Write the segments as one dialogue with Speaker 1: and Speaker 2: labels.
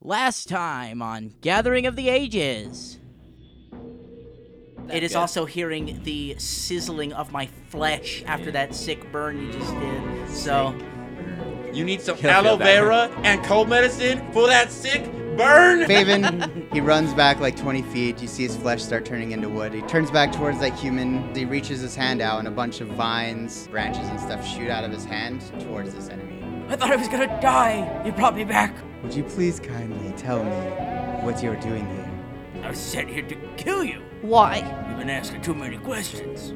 Speaker 1: Last time on Gathering of the Ages. it is
Speaker 2: good.
Speaker 1: also hearing the sizzling of my flesh after that sick burn you just did. So,
Speaker 2: You need some
Speaker 3: He'll feel
Speaker 2: aloe
Speaker 3: better.
Speaker 2: vera and cold medicine for that sick burn.
Speaker 4: Faven, he runs back like 20 feet. You see his flesh start turning into wood. He turns back towards that human. He reaches his hand out, and a bunch of vines, branches, and stuff shoot out of his hand towards this enemy.
Speaker 5: I thought I was gonna die. You brought me back.
Speaker 4: Would you please kindly tell me what you're doing here?
Speaker 5: I was sent here to kill you.
Speaker 6: Why?
Speaker 5: You've been asking too many questions.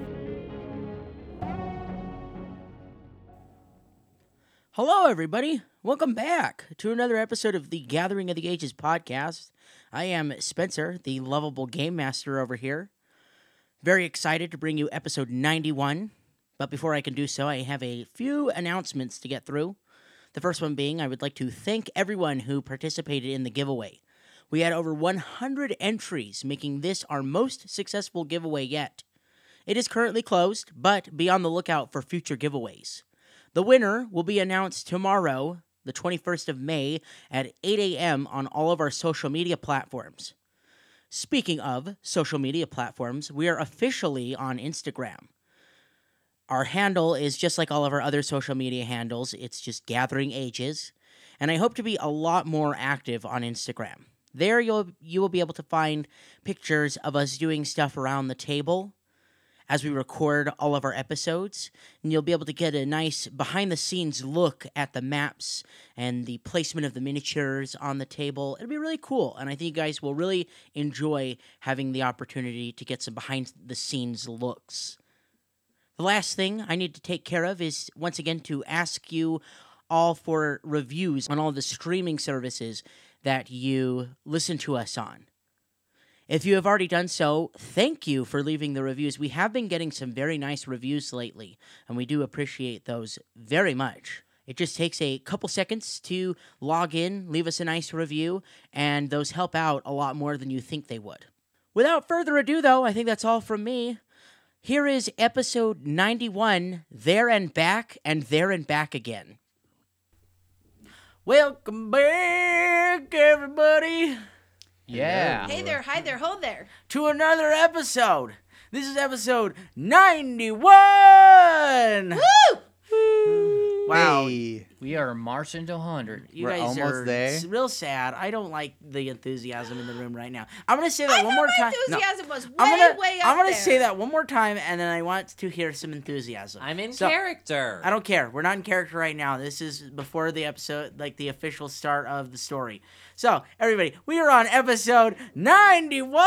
Speaker 1: hello everybody. Welcome back to another episode of the Gathering of the Ages podcast. I am Spencer, the lovable game master over here. Very excited to bring you episode 91. But before I can do so, I have a few announcements to get through. The first one being I would like to thank everyone who participated in the giveaway. We had over 100 entries, making this our most successful giveaway yet. It is currently closed, but be on the lookout for future giveaways. The winner will be announced tomorrow, the 21st of May, at 8 a.m. on all of our social media platforms. Speaking of social media platforms, we are officially on Instagram. Our handle is just like all of our other social media handles, it's just Gathering Ages, and I hope to be a lot more active on Instagram. There you'll you will be able to find pictures of us doing stuff around the table as we record all of our episodes, and you'll be able to get a nice behind the scenes look at the maps and the placement of the miniatures on the table. It'll be really cool, and I think you guys will really enjoy having the opportunity to get some behind the scenes looks. The last thing I need to take care of is once again to ask you all for reviews on all the streaming services that you listen to us on. If you have already done so, thank you for leaving the reviews. We have been getting some very nice reviews lately, and we do appreciate those very much. It just takes a couple seconds to log in, leave us a nice review, and those help out a lot more than you think they would. Without further ado, though, I think that's all from me. Here is episode 91 There and Back and There and Back Again. Welcome back, everybody.
Speaker 3: Yeah.
Speaker 6: Hey there, hi there, ho there.
Speaker 1: to another episode. This is episode 91. Wow.
Speaker 4: Hey.
Speaker 3: We are marching to 100.
Speaker 1: You
Speaker 4: We're
Speaker 1: guys
Speaker 4: almost
Speaker 1: are
Speaker 4: there.
Speaker 1: s- real sad. I don't like the enthusiasm in the room right now. I'm going to say that
Speaker 6: I
Speaker 1: one
Speaker 6: thought
Speaker 1: more
Speaker 6: my
Speaker 1: time. No.
Speaker 6: enthusiasm was way,
Speaker 1: I'm gonna,
Speaker 6: way up
Speaker 1: I'm gonna
Speaker 6: there.
Speaker 1: say that one more time, and then I want to hear some enthusiasm.
Speaker 2: I'm in
Speaker 1: So-
Speaker 2: character.
Speaker 1: I don't care. We're not in character right now. This is before the episode, like the official start of the story. So, everybody, we are on episode 91.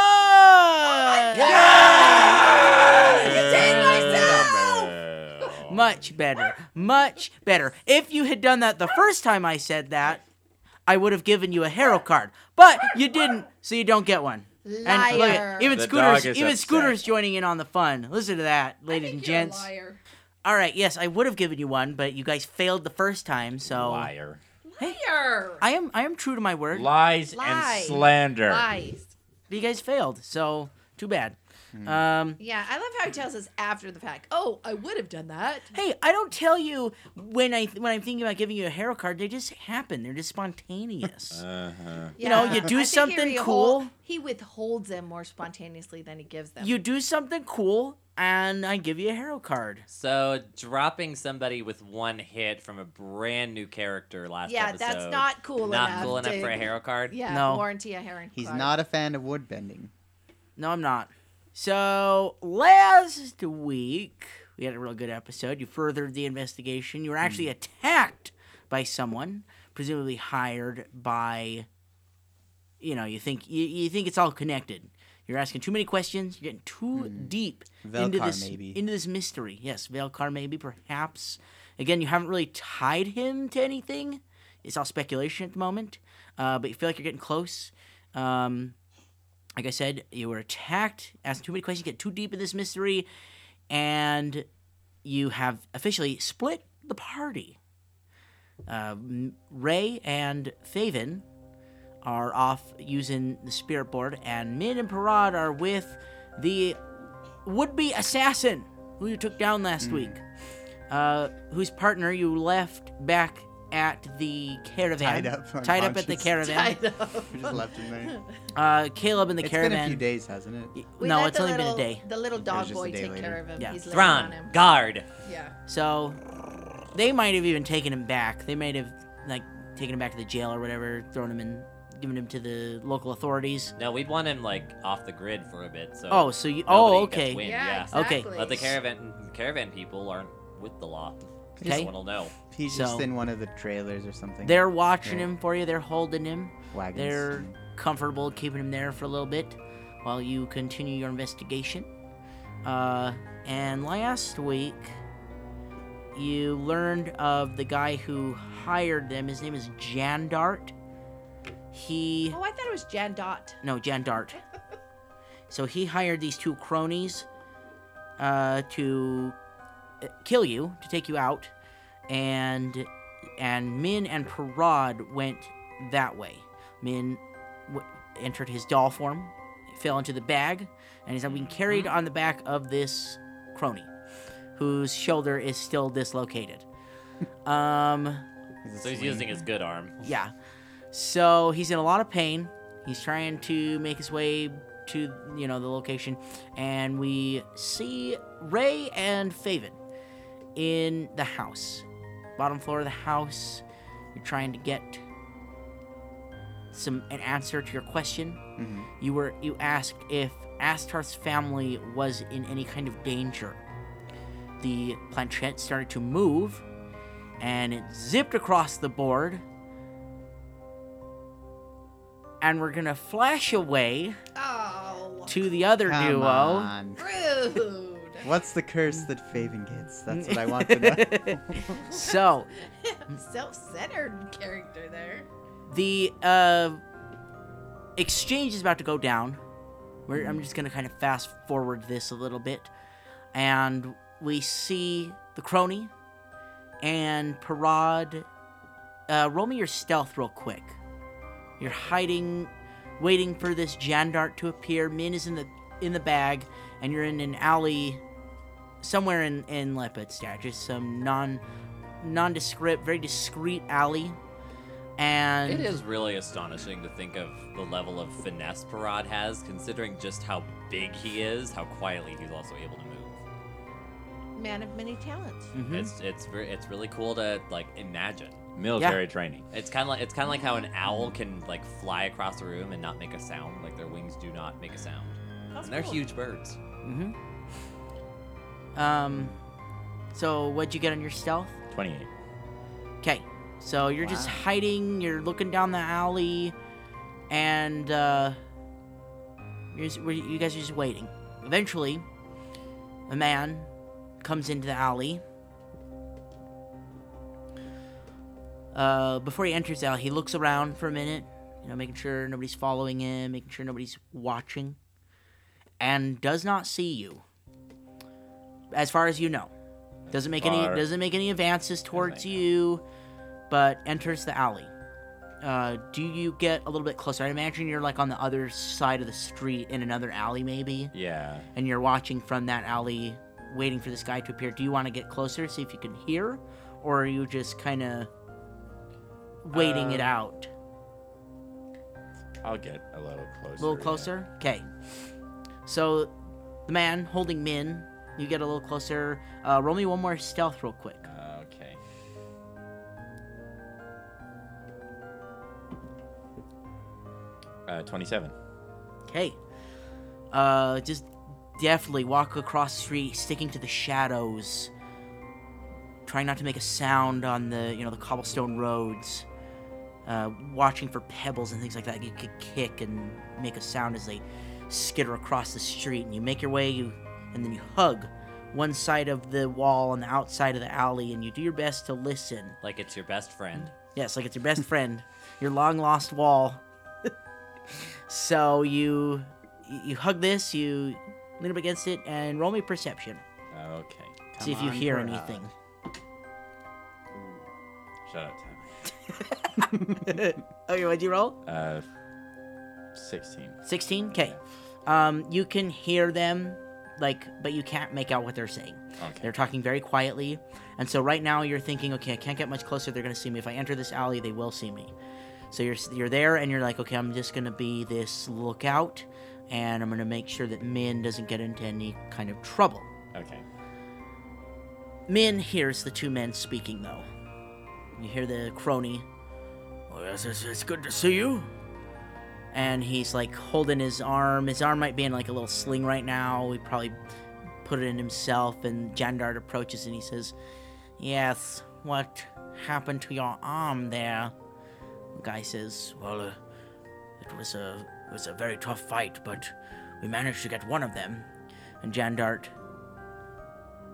Speaker 6: I contained myself!
Speaker 1: Much better. Much better. If you had done that the first time I said that, I would have given you a hero card. But you didn't, so you don't get one. And look
Speaker 6: Liar.
Speaker 1: at, even
Speaker 2: The
Speaker 1: Scooter's
Speaker 2: dog is
Speaker 1: even
Speaker 2: upset.
Speaker 1: Scooter's joining in on the fun. Listen to that, ladies and gents.
Speaker 6: liar.
Speaker 1: All right, yes, I would have given you one, but you guys failed the first time, so
Speaker 2: Liar.
Speaker 6: Liar.
Speaker 1: I am I am true to my word.
Speaker 2: Lies and
Speaker 6: Lies.
Speaker 2: slander.
Speaker 6: Lies.
Speaker 1: But you guys failed, so too bad. Um
Speaker 6: Yeah, I love how he tells us after the fact. Oh, I would have done that.
Speaker 1: Hey, I don't tell you when I when I'm thinking about giving you a hero card. They just happen. They're just spontaneous.
Speaker 2: Uh-huh.
Speaker 1: You know,
Speaker 6: Yeah.
Speaker 1: you
Speaker 6: I
Speaker 1: do
Speaker 6: think he
Speaker 1: something
Speaker 6: withhold-
Speaker 1: cool.
Speaker 6: He withholds them more spontaneously than he gives them.
Speaker 1: you do something cool, and I give you a hero card.
Speaker 2: So dropping somebody with one hit from a brand new character last
Speaker 6: yeah,
Speaker 2: episode.
Speaker 6: that's not cool
Speaker 2: not
Speaker 6: enough.
Speaker 2: cool enough
Speaker 6: to-
Speaker 2: for a hero card.
Speaker 6: Yeah,
Speaker 1: No.
Speaker 6: warranty a hero
Speaker 4: He's
Speaker 6: card.
Speaker 4: not a fan of wood bending.
Speaker 1: No, I'm not. So last week we had a real good episode. You furthered the investigation. You were actually attacked by someone, presumably hired by. You know, you think you, you think it's all connected. You're asking too many questions. You're getting too deep into
Speaker 4: Velcar,
Speaker 1: this
Speaker 4: maybe.
Speaker 1: into this mystery. Yes, Velcar maybe perhaps. Again, you haven't really tied him to anything. It's all speculation at the moment, uh, but you feel like you're getting close. Um, like I said, you were attacked, asked too many questions, get too deep in this mystery, and you have officially split the party. Um, Ray and Faven are off using the spirit board, and Min and Parad are with the would-be
Speaker 4: Hmm.
Speaker 1: assassin who you took down last week, uh, whose partner you left back at the caravan.
Speaker 4: Tied up on
Speaker 1: Tied up at the
Speaker 4: bunches.
Speaker 1: caravan.
Speaker 6: Tied up.
Speaker 4: We just left him there.
Speaker 1: Uh, Caleb and the
Speaker 4: It's
Speaker 1: caravan.
Speaker 4: been a few days, hasn't it?
Speaker 1: Y-
Speaker 6: We
Speaker 1: no,
Speaker 6: let
Speaker 1: it's
Speaker 6: the
Speaker 1: only
Speaker 6: little,
Speaker 1: been a day.
Speaker 6: The little
Speaker 4: was
Speaker 6: dog
Speaker 4: just a
Speaker 6: boy
Speaker 4: day
Speaker 6: take
Speaker 4: later.
Speaker 6: care of him.
Speaker 1: Yeah.
Speaker 6: He's laying on him.
Speaker 2: Thron, guard.
Speaker 6: Yeah.
Speaker 1: So they might have even taken him back. They might have like taken him back to the jail or whatever, thrown him in, given him to the local authorities.
Speaker 2: No, we'd want him like off the grid for a bit. So
Speaker 1: Oh, so you?
Speaker 2: nobody
Speaker 1: Oh,
Speaker 2: gets
Speaker 1: okay.
Speaker 2: wind,
Speaker 6: Yeah,
Speaker 2: yeah.
Speaker 1: Okay.
Speaker 6: Exactly.
Speaker 2: Let the caravan caravan people aren't with the law.
Speaker 1: Okay.
Speaker 2: Someone will know.
Speaker 4: He's just
Speaker 1: So-
Speaker 4: in one of the trailers or something.
Speaker 1: They're watching
Speaker 4: Right.
Speaker 1: him for you. They're holding him.
Speaker 4: wagons.
Speaker 1: They're comfortable keeping him there for a little bit while you continue your investigation. Uh, and last week, you learned of the guy who hired them. His name is Jandart. He.
Speaker 6: Oh, I thought it was Jan Dot.
Speaker 1: No, Jan Dart. so he hired these two cronies uh, to uh, kill you, to take you out, and and Min and Parad went that way. Min w- entered his doll form, fell into the bag, and is now being carried on the back of this crony, whose shoulder is still dislocated. um.
Speaker 4: Is it
Speaker 2: So he's
Speaker 4: swing?
Speaker 2: using his good arm.
Speaker 1: Yeah. So he's in a lot of pain. He's trying to make his way to you know the location, and we see Ray and Faven in the house, bottom floor of the house. You're trying to get some an answer to your question.
Speaker 4: Mm-hmm.
Speaker 1: You were you asked if Astar's family was in any kind of danger. The planchette started to move, and it zipped across the board and we're gonna flash away
Speaker 6: Oh,
Speaker 1: to the other
Speaker 4: Come
Speaker 1: duo.
Speaker 4: on.
Speaker 6: rude.
Speaker 4: What's the curse that Faven gets? That's what I want to know.
Speaker 1: So
Speaker 6: Self-centered character there.
Speaker 1: the uh, exchange is about to go down. We're, I'm just gonna kind of fast forward this a little bit, and we see the crony and Parad. Uh, roll me your stealth real quick. You're hiding, waiting for this Jandart to appear. Min is in the in the bag, and you're in an alley somewhere in in Lepidstadt, just some non nondescript, very discreet alley. And
Speaker 2: It is really astonishing to think of the level of finesse Parad has, considering just how big he is, how quietly he's also able to move.
Speaker 6: Man of many talents.
Speaker 7: Mm-hmm.
Speaker 1: Mhm.
Speaker 2: It's it's re- it's really cool to like imagine.
Speaker 7: Military training.
Speaker 2: It's kind of like it's kind of like how an owl can like fly across the room and not make a sound, like their wings do not make a sound.
Speaker 6: That's
Speaker 2: and they're
Speaker 6: cool.
Speaker 2: huge birds.
Speaker 1: Mm-hmm. Um, so what'd you get on your stealth?
Speaker 7: 28.
Speaker 1: Okay, so you're just hiding. You're looking down the alley, and uh, you're just, we're- you guys are just waiting. Eventually, a man comes into the alley. Uh, before he enters the alley, he looks around for a minute, you know, making sure nobody's following him, making sure nobody's watching, and does not see you. As far as you know, doesn't make any
Speaker 7: Far.
Speaker 1: doesn't make any advances towards
Speaker 2: I know.
Speaker 1: you, but enters the alley. Uh, do you get a little bit closer? I imagine you're like on the other side of the street in another alley, maybe
Speaker 7: Yeah.
Speaker 1: and you're watching from that alley, waiting for this guy to appear, do you want to get closer, see if you can hear, or are you just kind of waiting it
Speaker 7: Uh,
Speaker 1: out?
Speaker 7: I'll get a little closer.
Speaker 1: A little closer? Okay. So, the man holding Min, you get a little closer. Uh, roll me one more stealth real quick.
Speaker 7: Uh, okay. Uh, 27.
Speaker 1: Okay. Uh, just deftly walk across the street, sticking to the shadows, trying not to make a sound on the you know the cobblestone roads, uh, watching for pebbles and things like that. You could kick and make a sound as they skitter across the street, and you make your way. You and then you hug one side of the wall on the outside of the alley, and you do your best to listen.
Speaker 2: Like it's your best friend.
Speaker 1: Yes, like it's your best friend, your long lost wall. so you you hug this, you lean up against it, and roll me perception.
Speaker 7: Oh, Okay.
Speaker 1: see if
Speaker 4: Come
Speaker 1: you
Speaker 4: on,
Speaker 1: hear
Speaker 4: Parag.
Speaker 1: anything.
Speaker 7: Shut up, Tim.
Speaker 1: Okay, what'd you roll?
Speaker 7: Uh, 16.
Speaker 1: Sixteen. Okay. Um, you can hear them like, but you can't make out what they're saying.
Speaker 7: Okay.
Speaker 1: They're talking very quietly, and so right now you're thinking, okay, I can't get much closer. They're gonna see me. If I enter this alley, they will see me. So you're you're there, and you're like, okay, I'm just gonna be this lookout, and I'm gonna make sure that Min doesn't get into any kind of trouble.
Speaker 7: Okay.
Speaker 1: Min hears the two men speaking, though. You hear the crony,
Speaker 5: Well, it's, it's, it's good to see you.
Speaker 1: and he's like holding his arm. His arm might be in like a little sling right now. He probably put it in himself, and Jandart approaches and he says, Yes, what happened to your arm there? The guy says,
Speaker 5: Well, uh,
Speaker 1: It was a, it was a very tough fight, but we managed to get one of them. And Jandart,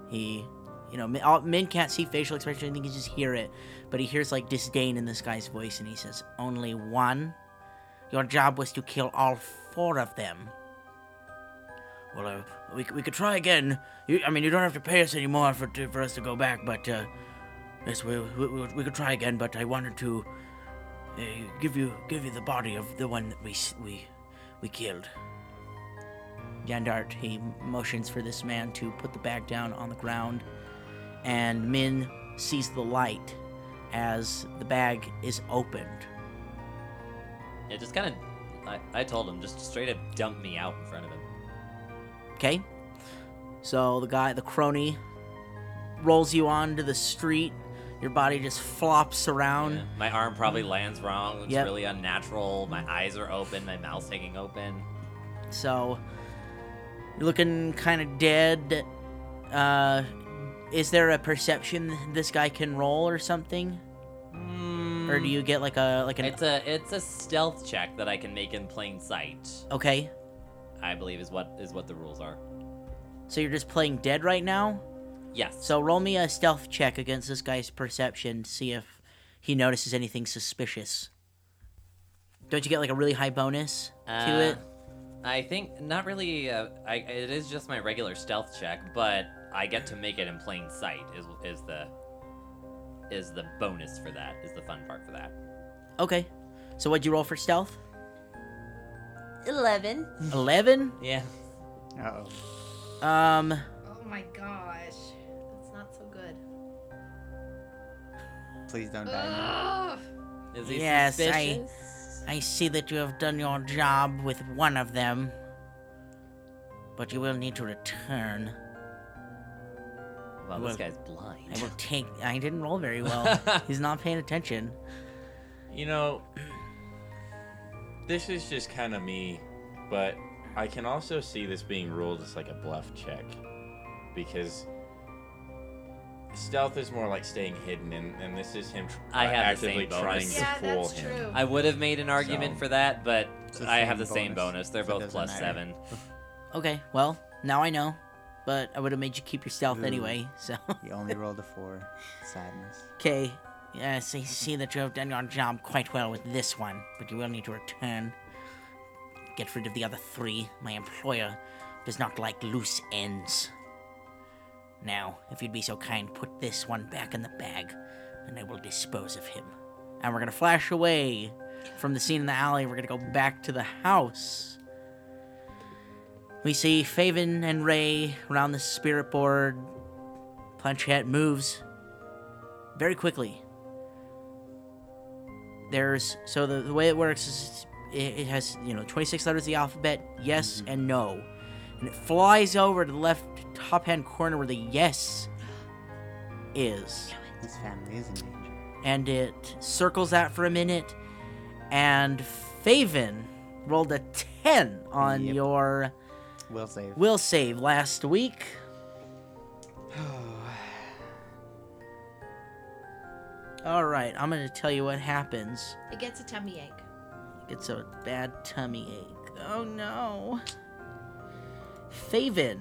Speaker 1: he, you know, Min, all, Min can't see facial expression, I think he just hear it. But he hears like disdain in this guy's voice, and he says, Only one? Your job was to kill all four of them.
Speaker 5: well, uh, we, c- we could try again. You, I mean, you don't have to pay us anymore for to, for us to go back, but uh, yes, we, we we we could try again. But I wanted to uh, give you give you the body of the one that we s- we we killed.
Speaker 1: Jandart, he motions for this man to put the bag down on the ground, and Min sees the light as the bag is opened.
Speaker 2: It just kind of. I, I told him just straight up dump me out in front of him.
Speaker 1: Okay? So the guy, the crony, rolls you onto the street. Your body just flops around.
Speaker 2: Yeah. My arm probably
Speaker 7: Mm.
Speaker 2: lands wrong. Looks
Speaker 1: Yep.
Speaker 2: really unnatural. My eyes are open. My mouth's hanging open.
Speaker 1: So you're looking kind of dead. Uh, is there a perception this guy can roll or something?
Speaker 7: Mm.
Speaker 2: Mm.
Speaker 1: Or do you get like a like an
Speaker 2: It's a it's a stealth check that I can make in plain sight.
Speaker 1: okay?
Speaker 2: I believe is what is what the rules are.
Speaker 1: So you're just playing dead right now.
Speaker 2: Yes.
Speaker 1: So roll me a stealth check against this guy's perception, to see if he notices anything suspicious. Don't you get like a really high bonus
Speaker 2: Uh,
Speaker 1: to it?
Speaker 2: I think not really. Uh, I it is just my regular stealth check, but I get to make it in plain sight. Is is the is the bonus for that? Is the fun part for that?
Speaker 1: Okay. So what'd you roll for stealth?
Speaker 8: 11.
Speaker 1: Eleven.
Speaker 2: Yeah.
Speaker 4: Uh oh.
Speaker 1: Um.
Speaker 6: Oh my gosh. That's not so good.
Speaker 4: Please don't die.
Speaker 6: Ugh.
Speaker 2: Is he
Speaker 1: Yes, I-
Speaker 2: suspicious?
Speaker 1: I see that you have done your job with one of them, but you will need to return.
Speaker 2: Well,
Speaker 1: Well,
Speaker 2: this guy's
Speaker 1: I will
Speaker 2: blind.
Speaker 1: take. I didn't roll very well. He's not paying attention.
Speaker 7: You know, this is just kind of me, but I can also see this being ruled as like a bluff check because stealth is more like staying hidden, and, and this is him tr-
Speaker 2: I
Speaker 7: uh,
Speaker 2: have the same
Speaker 7: actively
Speaker 2: bonus.
Speaker 7: trying to
Speaker 6: Yeah,
Speaker 7: fool
Speaker 6: that's
Speaker 7: him.
Speaker 6: true.
Speaker 2: I would have made an argument
Speaker 7: So-
Speaker 2: for that, but
Speaker 4: It's the
Speaker 2: I have the
Speaker 4: same
Speaker 2: same bonus.
Speaker 4: bonus,
Speaker 2: They're
Speaker 4: so it
Speaker 2: both
Speaker 4: doesn't
Speaker 2: plus
Speaker 4: matter.
Speaker 2: seven.
Speaker 1: Okay. Well, now I know, but I would have made you keep your stealth
Speaker 4: Ooh.
Speaker 1: anyway. So.
Speaker 4: You only rolled a four. Sadness.
Speaker 1: Okay. Yes, I see that you have done your job quite well with this one, but you will need to return. Get rid of the other three. My employer does not like loose ends. Now, if you'd be so kind, put this one back in the bag, and I will dispose of him. And we're gonna flash away from the scene in the alley. We're gonna go back to the house. We see Faven and Ray around the spirit board. Planchette moves very quickly. There's so the, the way it works is it, it has you know 26 letters of the alphabet, yes and no, and it flies over to the left top hand corner where the yes is,
Speaker 4: This family is in danger.
Speaker 1: and it circles that for a minute, and Faven rolled a 10 on
Speaker 4: Yep.
Speaker 1: your
Speaker 4: Will save.
Speaker 1: will save last week. All right, I'm gonna tell you what happens.
Speaker 6: It gets a tummy ache.
Speaker 1: It's a bad tummy ache. Oh no. Faven.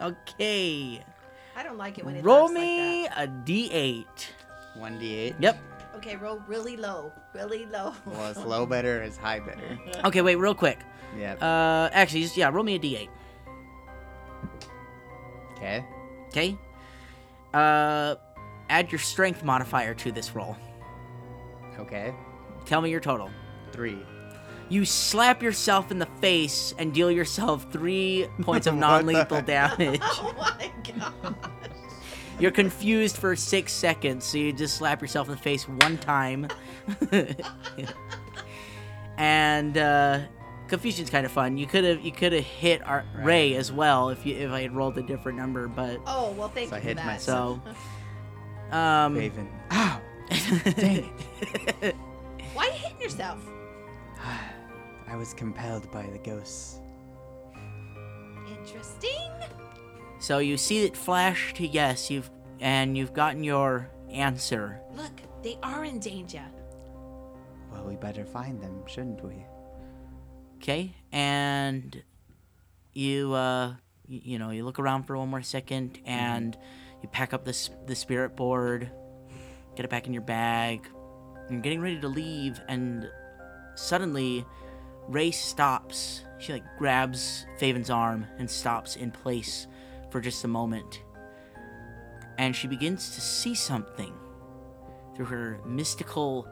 Speaker 1: Okay.
Speaker 6: I don't like it when it
Speaker 1: Roll
Speaker 6: laughs
Speaker 1: me
Speaker 6: Like
Speaker 1: a d8.
Speaker 4: 1d8.
Speaker 1: Yep.
Speaker 6: that. Okay, roll really low. Really low.
Speaker 4: Well, it's low better, it's high better.
Speaker 1: Okay, wait, real quick.
Speaker 4: Yep.
Speaker 1: Uh, actually, just, yeah, roll me a d8.
Speaker 4: Okay.
Speaker 1: Okay. Uh, add your strength modifier to this roll.
Speaker 4: Okay.
Speaker 1: Tell me your total.
Speaker 4: Three.
Speaker 1: You slap yourself in the face and deal yourself three points of
Speaker 4: What the
Speaker 1: non lethal
Speaker 4: heck?
Speaker 1: damage.
Speaker 6: Oh my god.
Speaker 1: You're confused for six seconds, so you just slap yourself in the face one time. and uh, confusion's kind of fun. You could have you could have hit our, Ray as well if you if I had rolled a different number, but
Speaker 6: Oh well, thank
Speaker 4: So I
Speaker 6: you for
Speaker 4: hid
Speaker 6: that.
Speaker 4: myself.
Speaker 1: so. Um,
Speaker 4: Raven. Ow! Dang it.
Speaker 6: Why are you hitting yourself?
Speaker 4: I was compelled by the ghosts.
Speaker 6: Interesting.
Speaker 1: so you see it flash to yes, you've and you've gotten your answer.
Speaker 6: Look, they are in danger.
Speaker 4: Well, we better find them, shouldn't we?
Speaker 1: Okay, and you uh, y- you know you look around for one more second, and you pack up the s- the spirit board, get it back in your bag. and You're getting ready to leave, and suddenly, Ray stops. She like grabs Faven's arm and stops in place for just a moment, and she begins to see something through her mystical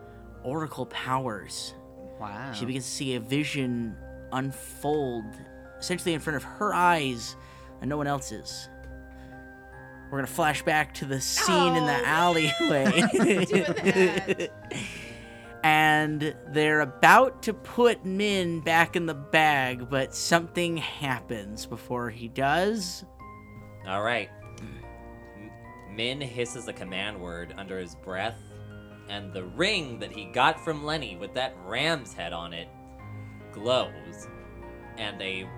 Speaker 1: oracle powers.
Speaker 6: Oh.
Speaker 4: Wow.
Speaker 1: She begins to see a vision unfold, essentially in front of her eyes and no one else's. We're gonna flash back to the scene in
Speaker 6: Oh,
Speaker 1: the
Speaker 6: Doing
Speaker 1: alleyway.
Speaker 6: that.
Speaker 1: and they're about to put Min back in the bag, but something happens before he does.
Speaker 2: All right. M- Min hisses a command word under his breath, and the ring that he got from Lenny with that ram's head on it glows, and a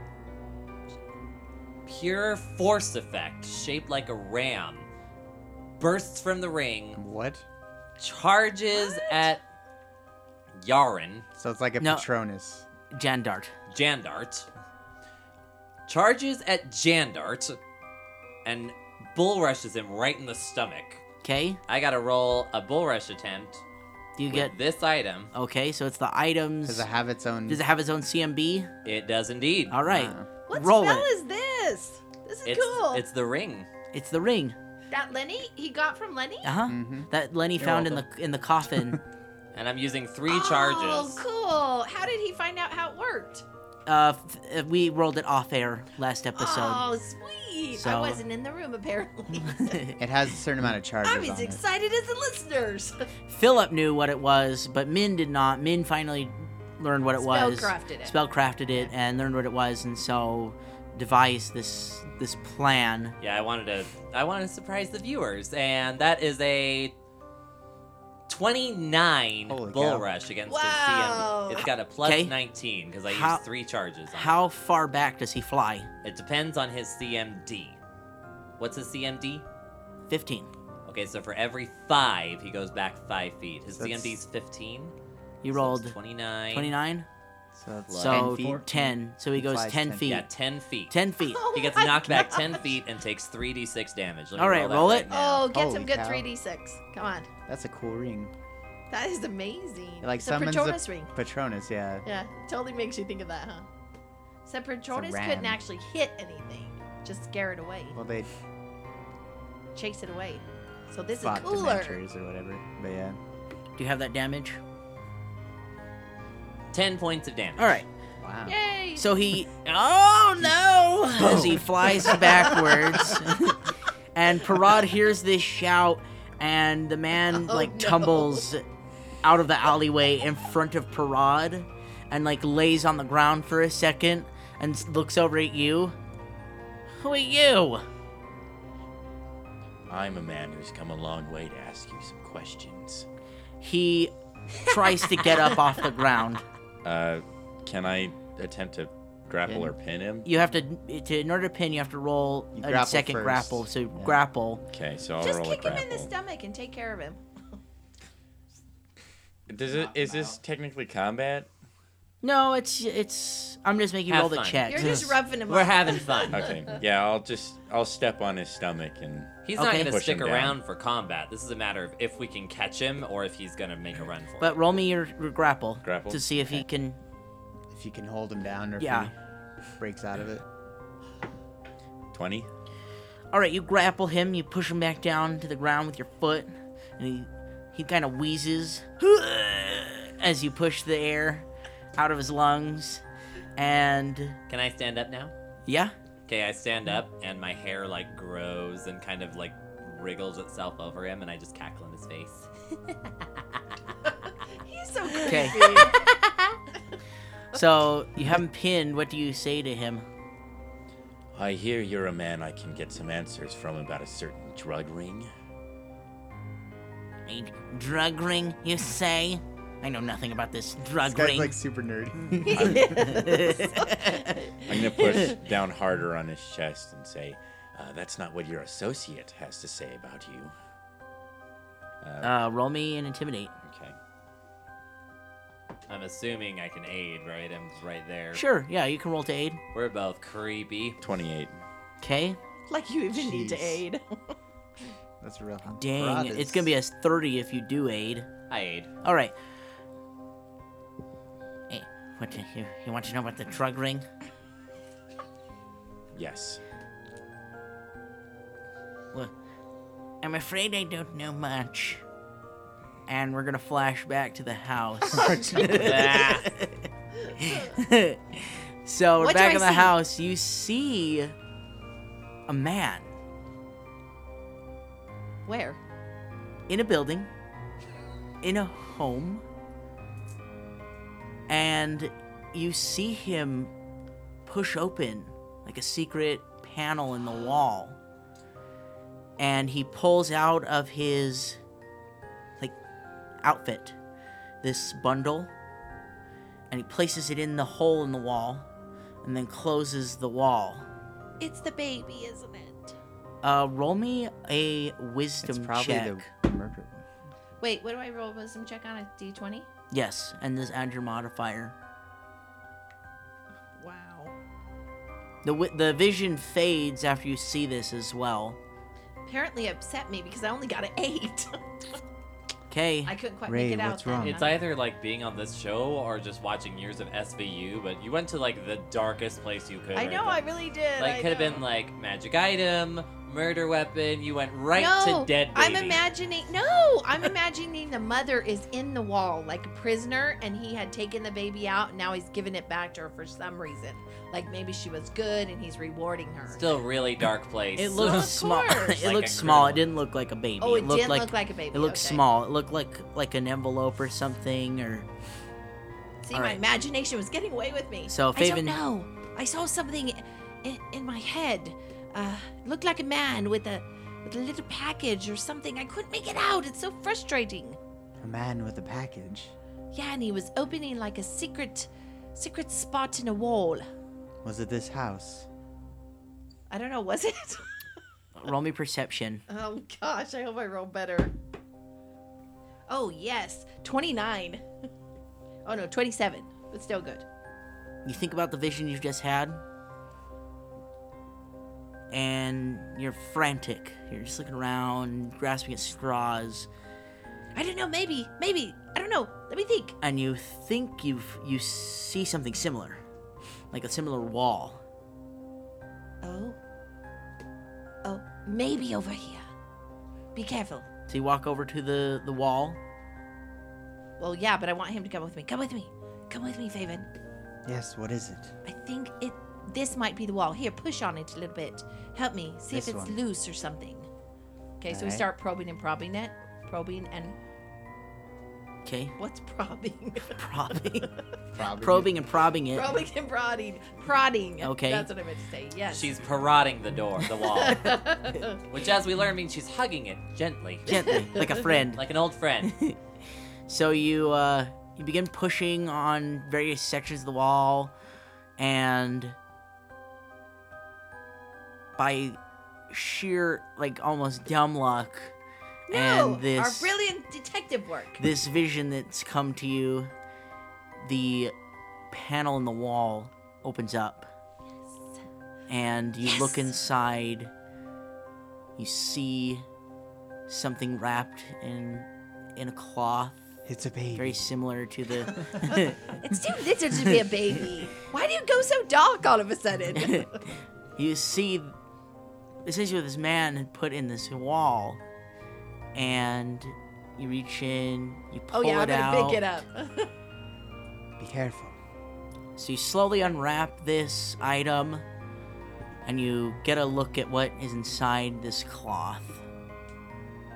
Speaker 2: pure force effect shaped like a ram bursts from the ring,
Speaker 4: What?
Speaker 2: charges
Speaker 6: What?
Speaker 2: at Yaren,
Speaker 4: So it's like a
Speaker 1: No.
Speaker 4: Patronus.
Speaker 1: Jandart.
Speaker 2: Jandart, charges at Jandart, and bull rushes him right in the stomach.
Speaker 1: Okay?
Speaker 2: I gotta roll a bull rush attempt
Speaker 1: Do you
Speaker 2: with
Speaker 1: get
Speaker 2: this item.
Speaker 1: Okay, so it's the items.
Speaker 4: Does it have its own?
Speaker 1: Does it have its own CMB?
Speaker 2: It does indeed.
Speaker 1: Alright.
Speaker 4: Wow.
Speaker 6: What
Speaker 1: Roll
Speaker 6: spell
Speaker 1: it.
Speaker 6: is this? This is
Speaker 2: it's,
Speaker 6: cool.
Speaker 2: It's the ring.
Speaker 1: It's the ring.
Speaker 6: that Lenny he got from Lenny.
Speaker 1: Uh-huh.
Speaker 4: Mhm.
Speaker 1: That Lenny
Speaker 2: You're
Speaker 1: found in the in the coffin.
Speaker 2: And I'm using three
Speaker 6: Oh,
Speaker 2: charges.
Speaker 6: cool. How did he find out how it worked?
Speaker 1: Uh, f- uh, we rolled it off air last episode.
Speaker 6: Oh, sweet. I
Speaker 1: So-
Speaker 6: wasn't in the room apparently.
Speaker 4: It has a certain amount of charges.
Speaker 6: I'm as
Speaker 4: on it.
Speaker 6: excited as the listeners.
Speaker 1: Philip knew what it was, but Min did not. Min finally learned what it was.
Speaker 6: Spellcrafted it.
Speaker 1: Spellcrafted it and learned what it was, and so devised this this plan.
Speaker 2: Yeah, I wanted to I wanted to surprise the viewers, and that is a 29
Speaker 4: Holy
Speaker 2: bull
Speaker 4: cow.
Speaker 2: rush against
Speaker 6: Wow.
Speaker 2: his CMB. It's got a plus
Speaker 1: Okay.
Speaker 2: 19 because I
Speaker 1: How-
Speaker 2: used three charges on
Speaker 1: How far back does he fly?
Speaker 2: it. It depends on his CMD. What's his CMD?
Speaker 1: Fifteen.
Speaker 2: Okay, so for every five, he goes back five feet. His
Speaker 4: So that's-
Speaker 2: CMD's 15.
Speaker 1: You
Speaker 2: so it's
Speaker 1: rolled
Speaker 2: 29.
Speaker 1: twenty-nine,
Speaker 4: So it's
Speaker 1: so
Speaker 4: 10 feet.
Speaker 1: ten. So he goes
Speaker 4: Flies
Speaker 1: ten
Speaker 4: 10
Speaker 1: feet.
Speaker 2: Yeah, 10 feet.
Speaker 1: Ten feet.
Speaker 6: Oh
Speaker 2: He gets
Speaker 6: my
Speaker 2: knocked back
Speaker 6: gosh.
Speaker 2: 10 feet and takes 3d6 damage. Let me
Speaker 1: All right,
Speaker 2: that
Speaker 1: roll
Speaker 2: right
Speaker 1: it.
Speaker 2: now.
Speaker 6: Oh, get
Speaker 4: Holy
Speaker 6: some good
Speaker 4: cow.
Speaker 6: 3d6. Come on.
Speaker 4: That's a cool ring.
Speaker 6: That is amazing.
Speaker 4: It, like
Speaker 6: it's a
Speaker 4: summons
Speaker 6: Patronus
Speaker 4: a
Speaker 6: ring.
Speaker 4: Patronus, yeah.
Speaker 6: Yeah, totally makes you think of that, huh? Except Patronus
Speaker 4: ram.
Speaker 6: couldn't actually hit anything, just scare it away,
Speaker 4: Well, they
Speaker 6: chase it away. So this is
Speaker 4: fought
Speaker 6: cooler.
Speaker 4: Dementors or whatever. But yeah.
Speaker 1: Do you have that damage?
Speaker 2: 10 points of damage.
Speaker 1: All right.
Speaker 4: Wow.
Speaker 6: Yay!
Speaker 1: So he, oh no! As he flies backwards, and Parad hears this shout, and the man
Speaker 6: Oh,
Speaker 1: like
Speaker 6: no.
Speaker 1: tumbles out of the alleyway in front of Parad, and like lays on the ground for a second, and s- looks over at you. Who are you?
Speaker 7: I'm a man who's come a long way to ask you some questions.
Speaker 1: He tries to get up off the ground.
Speaker 7: Uh, can I attempt to grapple or pin him?
Speaker 1: You have to, to in order to pin, you have to roll
Speaker 4: You
Speaker 1: a
Speaker 4: grapple
Speaker 1: second
Speaker 4: first.
Speaker 1: grapple. So
Speaker 4: Yeah.
Speaker 1: grapple.
Speaker 7: Okay, so I'll
Speaker 6: just
Speaker 7: roll
Speaker 6: kick
Speaker 7: a
Speaker 6: him
Speaker 7: grapple.
Speaker 6: in the stomach and take care of him.
Speaker 7: Does it is this technically combat?
Speaker 1: No, it's it's. I'm just making you
Speaker 2: Have
Speaker 1: roll the
Speaker 2: fun.
Speaker 1: check.
Speaker 6: You're just roughing him
Speaker 2: We're
Speaker 6: up.
Speaker 2: having fun.
Speaker 7: Okay. Yeah, I'll just I'll step on his stomach and
Speaker 2: He's not
Speaker 1: Okay.
Speaker 2: going to
Speaker 7: Push
Speaker 2: stick
Speaker 7: him down.
Speaker 2: around for combat. This is a matter of if we can catch him or if he's going to make a run for
Speaker 1: But roll me your, your grapple,
Speaker 7: Grapple?
Speaker 1: to see if he can.
Speaker 4: If you can hold him down or
Speaker 1: Yeah.
Speaker 4: if he breaks out of it.
Speaker 7: twenty.
Speaker 1: All right, you grapple him. You push him back down to the ground with your foot, and he he kind of wheezes as you push the air, out of his lungs, and
Speaker 2: Can I stand up now?
Speaker 1: yeah,
Speaker 2: Okay, I stand up and my hair like grows and kind of like wriggles itself over him and I just cackle in his face.
Speaker 6: He's so
Speaker 1: Okay.
Speaker 6: creepy.
Speaker 1: so you have him pinned. What do you say to him?
Speaker 7: I hear you're a man I can get some answers from about a certain drug ring.
Speaker 1: A drug ring, you say? I know nothing about this drug
Speaker 4: This guy's
Speaker 1: ring.
Speaker 4: like super
Speaker 1: Mm.
Speaker 4: nerdy.
Speaker 7: I'm gonna push down harder on his chest and say, uh, "That's not what your associate has to say about you."
Speaker 1: uh, roll me and intimidate.
Speaker 7: Okay.
Speaker 2: I'm assuming I can aid, right? I'm right there.
Speaker 1: Sure, yeah, you can roll to aid.
Speaker 2: We're both creepy.
Speaker 7: 28.
Speaker 1: Okay,
Speaker 6: like you even need to
Speaker 4: Jeez.
Speaker 6: aid.
Speaker 4: That's real.
Speaker 1: dang, it's gonna be a thirty if you do aid.
Speaker 2: I aid.
Speaker 1: All right. Hey, what do you, you want to know about the drug ring?
Speaker 7: Yes.
Speaker 1: Well, I'm afraid I don't know much. And we're gonna flash back to the house. so we're
Speaker 6: What do
Speaker 1: back
Speaker 6: I
Speaker 1: in the
Speaker 6: see?
Speaker 1: house. You see a man
Speaker 6: Where?
Speaker 1: in a building, in a home, and you see him push open like a secret panel in the wall. And he pulls out of his like outfit this bundle and he places it in the hole in the wall and then closes the wall.
Speaker 6: It's the baby, isn't it?
Speaker 1: Uh, roll me a
Speaker 4: It's
Speaker 1: wisdom
Speaker 4: probably
Speaker 1: check.
Speaker 4: the murder one.
Speaker 6: Wait, what do I roll wisdom check on a d20?
Speaker 1: Yes, and this add your modifier.
Speaker 6: Wow.
Speaker 1: The wi- the vision fades after you see this as well.
Speaker 6: Apparently upset me because I only got an eight.
Speaker 1: Okay.
Speaker 6: I couldn't quite
Speaker 4: Ray,
Speaker 6: make it out.
Speaker 4: what's
Speaker 6: that
Speaker 4: wrong?
Speaker 6: night.
Speaker 2: It's either like being on this show or just watching years of SVU, but you went to like the darkest place you could.
Speaker 6: I
Speaker 2: right?
Speaker 6: know, I really did.
Speaker 2: like
Speaker 6: I
Speaker 2: could have
Speaker 6: know.
Speaker 2: been like magic item, murder weapon. You went right
Speaker 6: no,
Speaker 2: to dead baby.
Speaker 6: I'm imagining. No, I'm imagining the mother is in the wall like a prisoner, and he had taken the baby out, and now he's giving it back to her for some reason. Like maybe she was good, and he's rewarding her.
Speaker 2: Still really dark place.
Speaker 1: it
Speaker 6: Well,
Speaker 1: looked
Speaker 6: of
Speaker 1: small.
Speaker 6: course.
Speaker 1: it
Speaker 2: Like
Speaker 1: looked
Speaker 2: a
Speaker 1: small. It
Speaker 2: criminal.
Speaker 1: didn't look like a baby.
Speaker 6: oh, it,
Speaker 1: looked
Speaker 6: didn't
Speaker 1: like
Speaker 6: look like a baby.
Speaker 1: it looked
Speaker 6: okay.
Speaker 1: small. It looked like like an envelope or something. Or
Speaker 6: See,
Speaker 1: All
Speaker 6: my
Speaker 1: right.
Speaker 6: imagination was getting away with me.
Speaker 1: So,
Speaker 6: I
Speaker 1: Faven-
Speaker 6: don't know. I saw something in, in my head. Uh, looked like a man with a with a little package or something. I couldn't make it out. It's so frustrating.
Speaker 4: A man with a package.
Speaker 6: Yeah, and he was opening like a secret secret spot in a wall.
Speaker 4: Was it this house?
Speaker 6: I don't know, was it?
Speaker 1: roll me perception.
Speaker 6: oh gosh, I hope I roll better. Oh yes, 29. Oh no, 27. But still good.
Speaker 1: You think about the vision you've just had, and you're frantic. You're just looking around, grasping at straws.
Speaker 6: I don't know, maybe, maybe. I don't know. Let me think.
Speaker 1: and you think you've you see something similar, like a similar wall.
Speaker 6: Oh. Oh, maybe over here. Be careful.
Speaker 1: So you walk over to the the wall.
Speaker 6: Well, yeah, but I want him to come with me. Come with me. Come with me, Faven.
Speaker 4: Yes, what is it?
Speaker 6: I think it this might be the wall. Here, push on it a little bit. Help me. See
Speaker 4: This
Speaker 6: if it's
Speaker 4: one.
Speaker 6: loose or something. Okay, so we
Speaker 4: Alright.
Speaker 6: start probing and probing it. Probing and
Speaker 1: Okay,
Speaker 6: what's probing?
Speaker 1: probing,
Speaker 4: Probably.
Speaker 1: probing, and probbing it.
Speaker 6: probing and prodding. e, Prodding.
Speaker 1: Okay.
Speaker 6: That's what I meant to say. Yes.
Speaker 2: She's prodding the door, the wall, which, as we learn, means she's hugging it gently,
Speaker 1: Gently, like a friend.
Speaker 2: like an old friend.
Speaker 1: So you uh, you begin pushing on various sections of the wall, and by sheer like almost dumb luck,
Speaker 6: no,
Speaker 1: and this
Speaker 6: our brilliant detective work.
Speaker 1: this vision that's come to you, the panel in the wall opens up. And you look
Speaker 6: Yes.
Speaker 1: inside. You see something wrapped in in a cloth,
Speaker 4: It's a baby.
Speaker 1: very similar to the
Speaker 6: It's too little to be a baby. Why do you go so dark all of a sudden?
Speaker 1: you see essentially what this man had put in this wall and you reach in, you pull
Speaker 6: oh yeah, I'm
Speaker 1: it
Speaker 6: gonna
Speaker 1: out.
Speaker 6: pick it up.
Speaker 4: Be careful.
Speaker 1: So you slowly unwrap this item and you get a look at what is inside this cloth.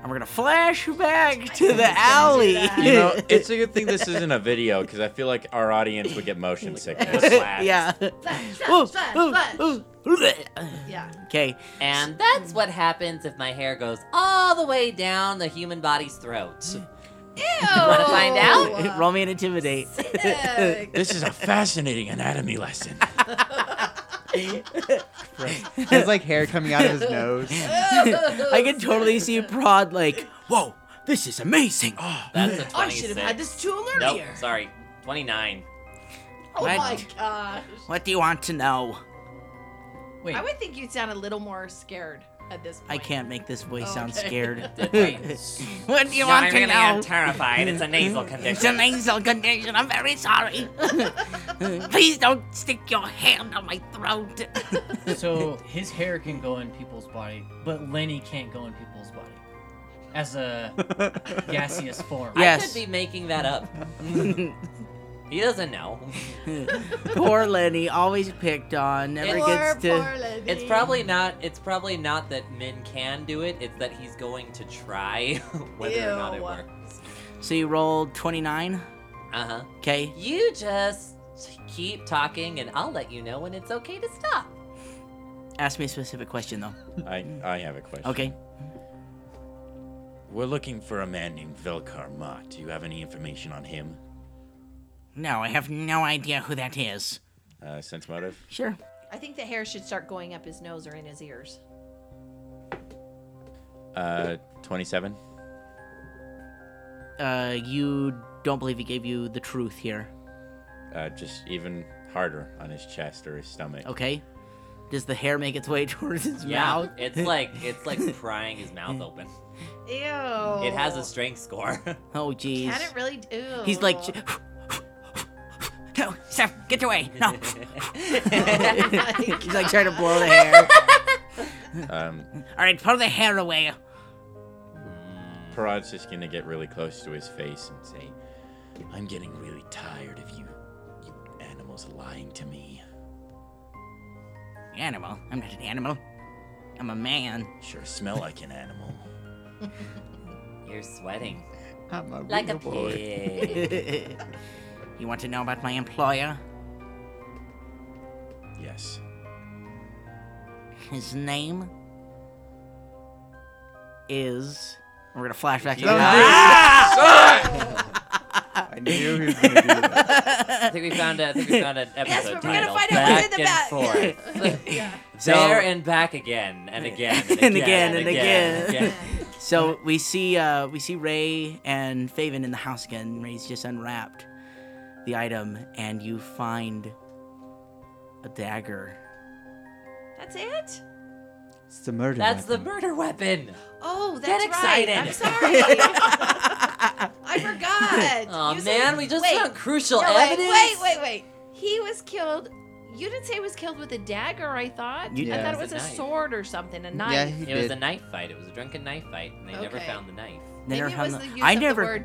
Speaker 1: And we're going to flash back to the alley.
Speaker 7: You know, it's a good thing this isn't a video because I feel like our audience would get motion sickness.
Speaker 1: yeah.
Speaker 6: Flash,
Speaker 1: Ooh,
Speaker 6: flash, flash,
Speaker 1: ooh,
Speaker 6: flash.
Speaker 1: ooh.
Speaker 6: Yeah.
Speaker 1: Okay.
Speaker 2: And that's what happens if my hair goes all the way down the human body's throat.
Speaker 6: Ew.
Speaker 2: Wanna find out?
Speaker 1: Roll me an intimidate.
Speaker 6: Sick.
Speaker 7: This is a fascinating anatomy lesson.
Speaker 4: He has like hair coming out of his nose.
Speaker 1: I can totally see Prod like,
Speaker 5: Whoa, this is amazing.
Speaker 7: Oh.
Speaker 2: That's a 26.
Speaker 6: I should have had this tool
Speaker 2: Nope,
Speaker 6: earlier.
Speaker 2: sorry. 29.
Speaker 6: Oh
Speaker 1: What?
Speaker 6: my gosh.
Speaker 1: "What do you want to know?"
Speaker 3: Wait.
Speaker 6: I would think you'd sound a little more scared at this point.
Speaker 1: I can't make this voice
Speaker 6: Oh,
Speaker 1: sound
Speaker 6: okay.
Speaker 1: scared.
Speaker 2: Wait.
Speaker 1: what do you
Speaker 2: No,
Speaker 1: want
Speaker 2: I'm
Speaker 1: to
Speaker 2: really-
Speaker 1: know?
Speaker 2: I'm terrified. It's a nasal
Speaker 1: It's a
Speaker 2: condition.
Speaker 1: nasal condition. I'm very sorry. Please don't stick your hand on my throat.
Speaker 3: So his hair can go in people's body, but Lenny can't go in people's body as a gaseous form.
Speaker 1: Yeah.
Speaker 2: I
Speaker 1: Yes.
Speaker 2: could be making that up. he doesn't know.
Speaker 1: poor Lenny, always picked on, never
Speaker 2: Poor,
Speaker 1: gets to.
Speaker 2: It's probably not. It's probably not that Min can do it. It's that he's going to try whether or not it
Speaker 6: Ew.
Speaker 2: works.
Speaker 1: So you rolled 29.
Speaker 2: Uh huh.
Speaker 1: Okay.
Speaker 2: You just keep talking, and I'll let you know when it's okay to stop.
Speaker 1: Ask me a specific question though.
Speaker 7: I, I have a question.
Speaker 1: Okay.
Speaker 7: We're looking for a man named Velkar Mott. Do you have any information on him?
Speaker 1: No, I have no idea who that is.
Speaker 7: Uh, sense motive?
Speaker 1: Sure.
Speaker 6: I think the hair should start going up his nose or in his ears.
Speaker 7: Uh, 27.
Speaker 1: Uh, you don't believe he gave you the truth here.
Speaker 7: Uh, just even harder on his chest or his stomach.
Speaker 1: Okay. Does the hair make its way towards his mouth?
Speaker 2: It's like it's like prying his mouth open.
Speaker 6: Ew.
Speaker 2: It has a strength score.
Speaker 1: Oh, jeez.
Speaker 6: Can it really? Ew.
Speaker 1: He's like, no, Steph, get away. No. He's like trying to blow the hair.
Speaker 7: Um,
Speaker 1: All right, pull the hair away.
Speaker 7: Parad's just gonna get really close to his face and say, "I'm getting really tired of you, you animals lying to me.
Speaker 1: Animal. I'm not an animal. I'm a man.
Speaker 7: Sure, smell like an animal."
Speaker 2: You're sweating
Speaker 4: I'm a
Speaker 2: like a
Speaker 4: real boy.
Speaker 2: pig.
Speaker 1: you want to know about my employer?
Speaker 7: Yes,
Speaker 1: His name is. We're gonna flash back to
Speaker 4: Don't do
Speaker 1: the.
Speaker 4: I knew he was gonna do that.
Speaker 2: I think we found a. I think we found an
Speaker 6: Yes,
Speaker 2: episode
Speaker 6: but we're gonna
Speaker 2: title.
Speaker 6: find out
Speaker 2: back
Speaker 6: what's in the
Speaker 2: and
Speaker 6: back.
Speaker 2: forth.
Speaker 1: So-
Speaker 2: there and back again and again
Speaker 1: And again and again.
Speaker 2: again.
Speaker 1: So we see uh, we see Ray and Faven in the house again. Ray's just unwrapped the item, and you find a dagger.
Speaker 6: That's it?
Speaker 4: It's the murder.
Speaker 2: That's the
Speaker 4: weapon.
Speaker 2: murder weapon.
Speaker 6: Oh, that's
Speaker 2: excited.
Speaker 6: right. I'm sorry. I forgot.
Speaker 2: Oh
Speaker 6: You said-
Speaker 2: man, we just
Speaker 6: wait,
Speaker 2: found crucial
Speaker 6: no, wait,
Speaker 2: evidence.
Speaker 6: Wait, wait, wait. He was killed. You didn't say he was killed with a dagger. I thought.
Speaker 1: You-
Speaker 6: I
Speaker 4: Yeah.
Speaker 6: thought it
Speaker 2: It was
Speaker 6: was
Speaker 2: a
Speaker 6: a,
Speaker 2: knife.
Speaker 6: sword or something. A knife.
Speaker 4: Yeah, he
Speaker 2: It was
Speaker 4: did.
Speaker 2: a knife fight. It was a drunken knife fight, and they never
Speaker 6: Okay.
Speaker 2: found the knife.
Speaker 1: They
Speaker 6: Maybe
Speaker 1: never
Speaker 6: it
Speaker 1: found
Speaker 6: was
Speaker 1: the-
Speaker 6: the use
Speaker 1: I
Speaker 6: of the
Speaker 1: never, I
Speaker 6: word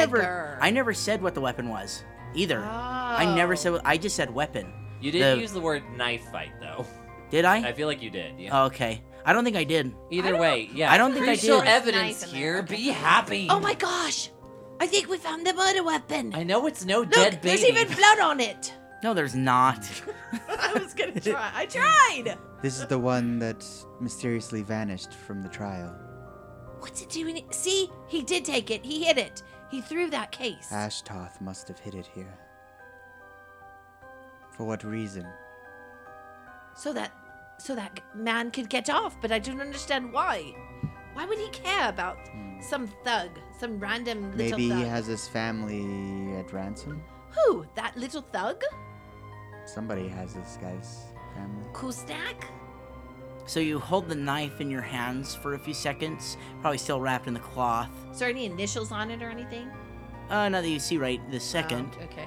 Speaker 1: never,
Speaker 6: dagger.
Speaker 1: I never said what the weapon was either. I
Speaker 6: Oh.
Speaker 1: never said. what- I just said weapon.
Speaker 2: You didn't
Speaker 1: The-
Speaker 2: use the word knife fight though.
Speaker 1: Did I? Oh,
Speaker 2: I feel like you did. Yeah.
Speaker 1: okay. I don't think I did.
Speaker 2: Either
Speaker 6: don't-
Speaker 2: way, yeah.
Speaker 1: Uh, I don't think I
Speaker 2: crucial
Speaker 1: did.
Speaker 2: evidence
Speaker 6: Knife in there,
Speaker 2: here.
Speaker 6: okay.
Speaker 2: Be happy.
Speaker 6: Oh my gosh! I think we found the murder weapon.
Speaker 2: I know it's no
Speaker 6: Look,
Speaker 2: dead baby.
Speaker 6: there's even blood on it.
Speaker 1: No, there's not.
Speaker 6: I was gonna try. I tried.
Speaker 4: This is the one that mysteriously vanished from the trial.
Speaker 6: What's it doing? See, he did take it. He hid it. He threw that case.
Speaker 4: Ashtoth must have hid it here. For what reason?
Speaker 6: so that so that man could get off but i don't understand why why would he care about some thug some random little
Speaker 4: Hmm. Maybe
Speaker 6: thug
Speaker 4: he has his family at ransom?
Speaker 6: who that little thug
Speaker 4: Somebody has this guy's family.
Speaker 6: kusnak
Speaker 1: so you hold the knife in your hands for a few seconds, probably still wrapped in the cloth.
Speaker 6: is there any initials on it or anything
Speaker 1: Uh, not that you see right this second.
Speaker 6: Oh, okay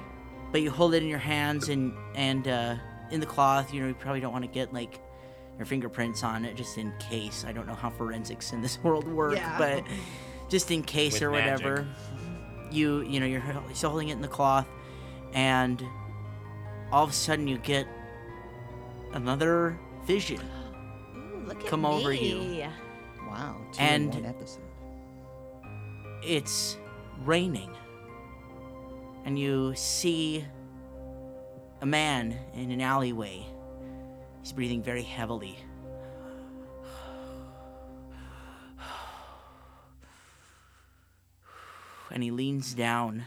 Speaker 1: but you hold it in your hands and and uh, in the cloth. You know, you probably don't want to get like your fingerprints on it, just in case. I don't know how forensics in this world work,
Speaker 6: Yeah.
Speaker 1: but just in case
Speaker 7: With
Speaker 1: or
Speaker 7: magic.
Speaker 1: whatever. You you know you're h- still holding it in the cloth, and all of a sudden you get another vision.
Speaker 6: Ooh, look at
Speaker 1: Come
Speaker 6: me.
Speaker 1: over you.
Speaker 4: Wow. Two
Speaker 1: And-
Speaker 4: in one episode.
Speaker 1: It's raining. And you see a man in an alleyway. He's breathing very heavily. And he leans down.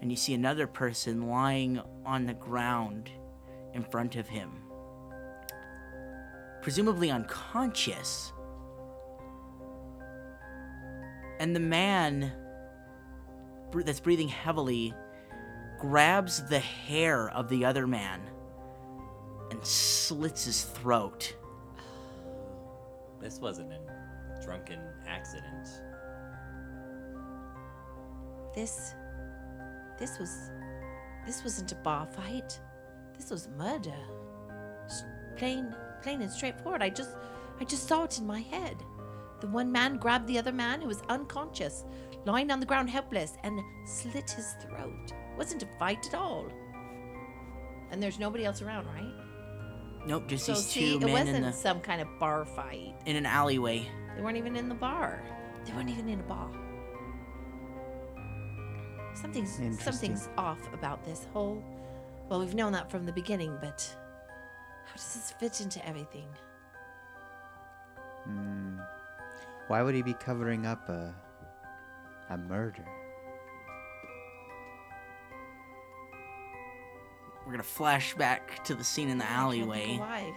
Speaker 1: And you see another person lying on the ground in front of him. Presumably unconscious. and the man br- that's breathing heavily grabs the hair of the other man and slits his throat.
Speaker 2: This wasn't a drunken accident.
Speaker 6: This, this was, this wasn't a bar fight. This was murder. S- Plain, plain and straightforward. I just, I just saw it in my head. The one man grabbed the other man who was unconscious, lying on the ground helpless, and slit his throat. Wasn't a fight at all. And there's nobody else around, right?
Speaker 1: Nope, just
Speaker 6: so
Speaker 1: these
Speaker 6: see,
Speaker 1: two
Speaker 6: it
Speaker 1: men
Speaker 6: wasn't
Speaker 1: in, the,
Speaker 6: some kind of bar fight.
Speaker 1: in an alleyway.
Speaker 6: They weren't even in the bar. They weren't even in a bar. Something's
Speaker 4: Interesting.
Speaker 6: something's off about this whole. Well, we've known that from the beginning, but how does this fit into everything?
Speaker 4: Why would he be covering up a a murder?
Speaker 1: We're gonna flash back to the scene in the alleyway.
Speaker 6: Why?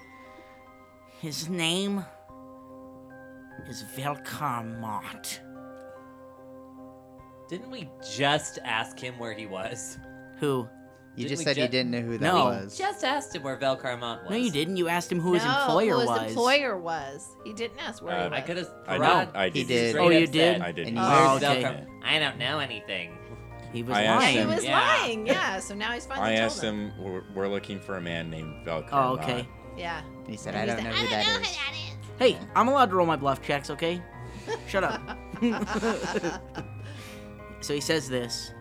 Speaker 1: His name is Velkar Mott.
Speaker 2: Didn't we just ask him where he was?
Speaker 1: Who?
Speaker 4: You
Speaker 2: Didn't
Speaker 4: just
Speaker 2: we
Speaker 4: said you
Speaker 2: ju-
Speaker 4: didn't know who that
Speaker 1: No.
Speaker 4: was.
Speaker 2: Just asked him where Velcarmont was.
Speaker 1: No, you didn't. You asked him who his
Speaker 6: no,
Speaker 1: employer
Speaker 6: who his
Speaker 1: was.
Speaker 6: employer was. He didn't ask where
Speaker 7: Uh,
Speaker 6: he was.
Speaker 2: I could have.
Speaker 7: I
Speaker 2: Parad
Speaker 7: don't- I
Speaker 4: He
Speaker 7: did.
Speaker 4: did.
Speaker 2: straight
Speaker 1: Oh,
Speaker 2: up
Speaker 1: you did?
Speaker 2: said,
Speaker 7: I didn't.
Speaker 4: And
Speaker 2: "Where's
Speaker 1: Oh, okay.
Speaker 2: Velcar- I don't know anything.
Speaker 1: He was
Speaker 7: I asked
Speaker 1: lying.
Speaker 6: He
Speaker 7: him-
Speaker 6: was
Speaker 2: Yeah.
Speaker 6: lying. Yeah. So now he's finally
Speaker 7: I
Speaker 6: told
Speaker 7: asked
Speaker 6: him.
Speaker 7: him, we're, we're looking for a man named Velcro.
Speaker 1: Oh, okay.
Speaker 6: Yeah.
Speaker 4: He said,
Speaker 6: And he's
Speaker 4: I don't know
Speaker 6: like,
Speaker 4: who that is.
Speaker 1: Hey, I'm allowed to roll my bluff checks, okay? Shut up. so he says this.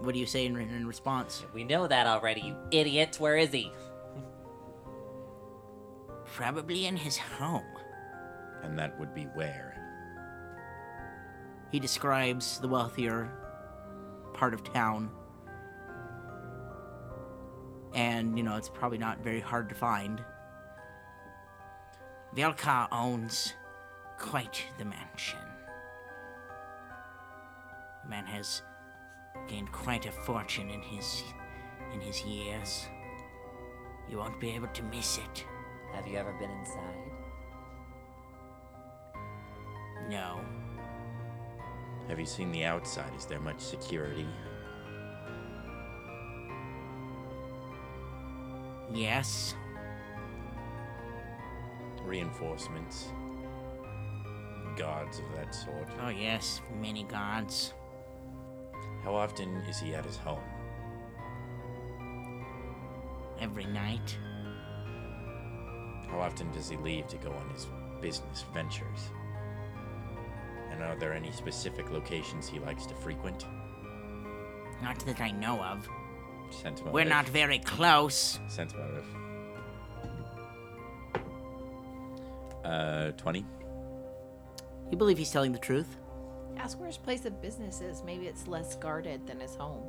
Speaker 1: What do you say in, in response?
Speaker 2: We know that already, you idiot. Where is he?
Speaker 1: Probably in his home.
Speaker 7: And that would be where?
Speaker 1: He describes the wealthier part of town. And, you know, it's probably not very hard to find. Velka owns quite the mansion. The man has gained quite a fortune in his in his years. You won't be able to miss it.
Speaker 2: Have you ever been inside?
Speaker 1: No.
Speaker 7: Have you seen the outside? Is there much security?
Speaker 1: Yes.
Speaker 7: Reinforcements? Guards of that sort?
Speaker 1: Oh yes, many gods.
Speaker 7: How often is he at his home?
Speaker 1: Every night.
Speaker 7: How often does he leave to go on his business ventures? And are there any specific locations he likes to frequent?
Speaker 1: Not that I know of.
Speaker 7: Sentiment.
Speaker 1: We're not very close.
Speaker 7: Sentiment. Uh, 20?
Speaker 1: You believe he's telling the truth?
Speaker 6: Ask where his place of business is. Maybe it's less guarded than his home.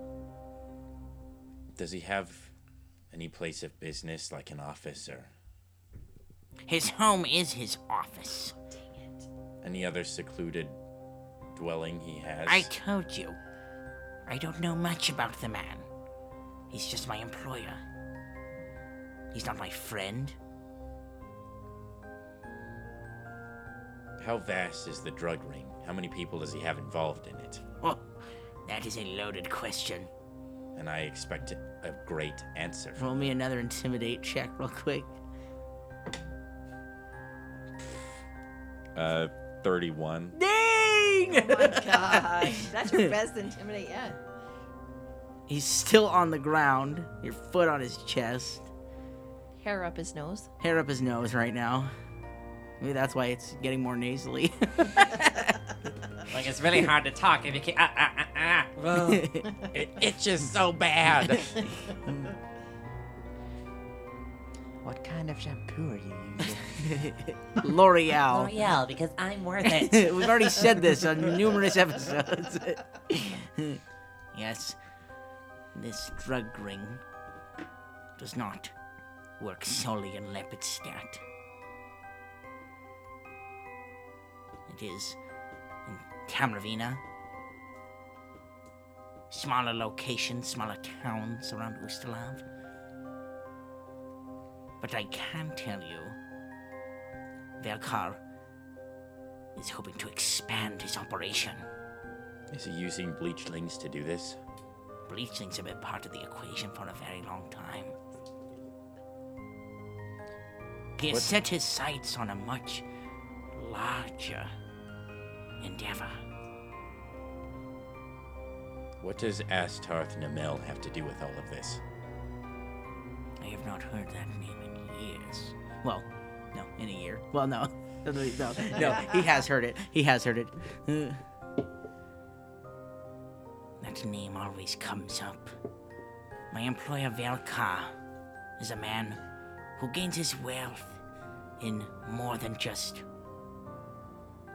Speaker 7: Does he have any place of business, like an office or
Speaker 1: His home is his office.
Speaker 7: any other secluded dwelling he has?
Speaker 1: I told you. I don't know much about the man. He's just my employer. He's not my friend.
Speaker 7: How vast is the drug ring? How many people does he have involved in it?
Speaker 1: Oh, that is a loaded question.
Speaker 7: And I expect a great answer.
Speaker 1: Roll me another intimidate check, real quick.
Speaker 7: Uh, 31.
Speaker 1: Ding!
Speaker 6: Oh my gosh. That's your best intimidate yet.
Speaker 1: He's still on the ground, your foot on his chest,
Speaker 6: Hair up his nose.
Speaker 1: hair up his nose right now. Maybe that's why it's getting more nasally.
Speaker 2: Like it's really hard to talk if you can't. Ah, ah, ah, ah. Well, it itches so bad.
Speaker 4: What kind of shampoo are you using?
Speaker 1: L'Oreal.
Speaker 2: yeah, because I'm worth it.
Speaker 1: We've already said this on numerous episodes. yes, this drug ring does not work solely in Lepidstadt. It is in Tamravina. Smaller locations, smaller towns around Ustalav. But I can tell you, Velkar is hoping to expand his operation.
Speaker 7: Is he using bleachlings to do this?
Speaker 1: Bleachlings have been part of the equation for a very long time. He has set his sights on a much larger endeavor.
Speaker 7: What does Astarth Namel have to do with all of this?
Speaker 1: I have not heard that name in years. Well, no, in a year. Well, no. No, no, no, he has heard it. He has heard it. Uh, That name always comes up. My employer, Velkar, is a man who gains his wealth in more than just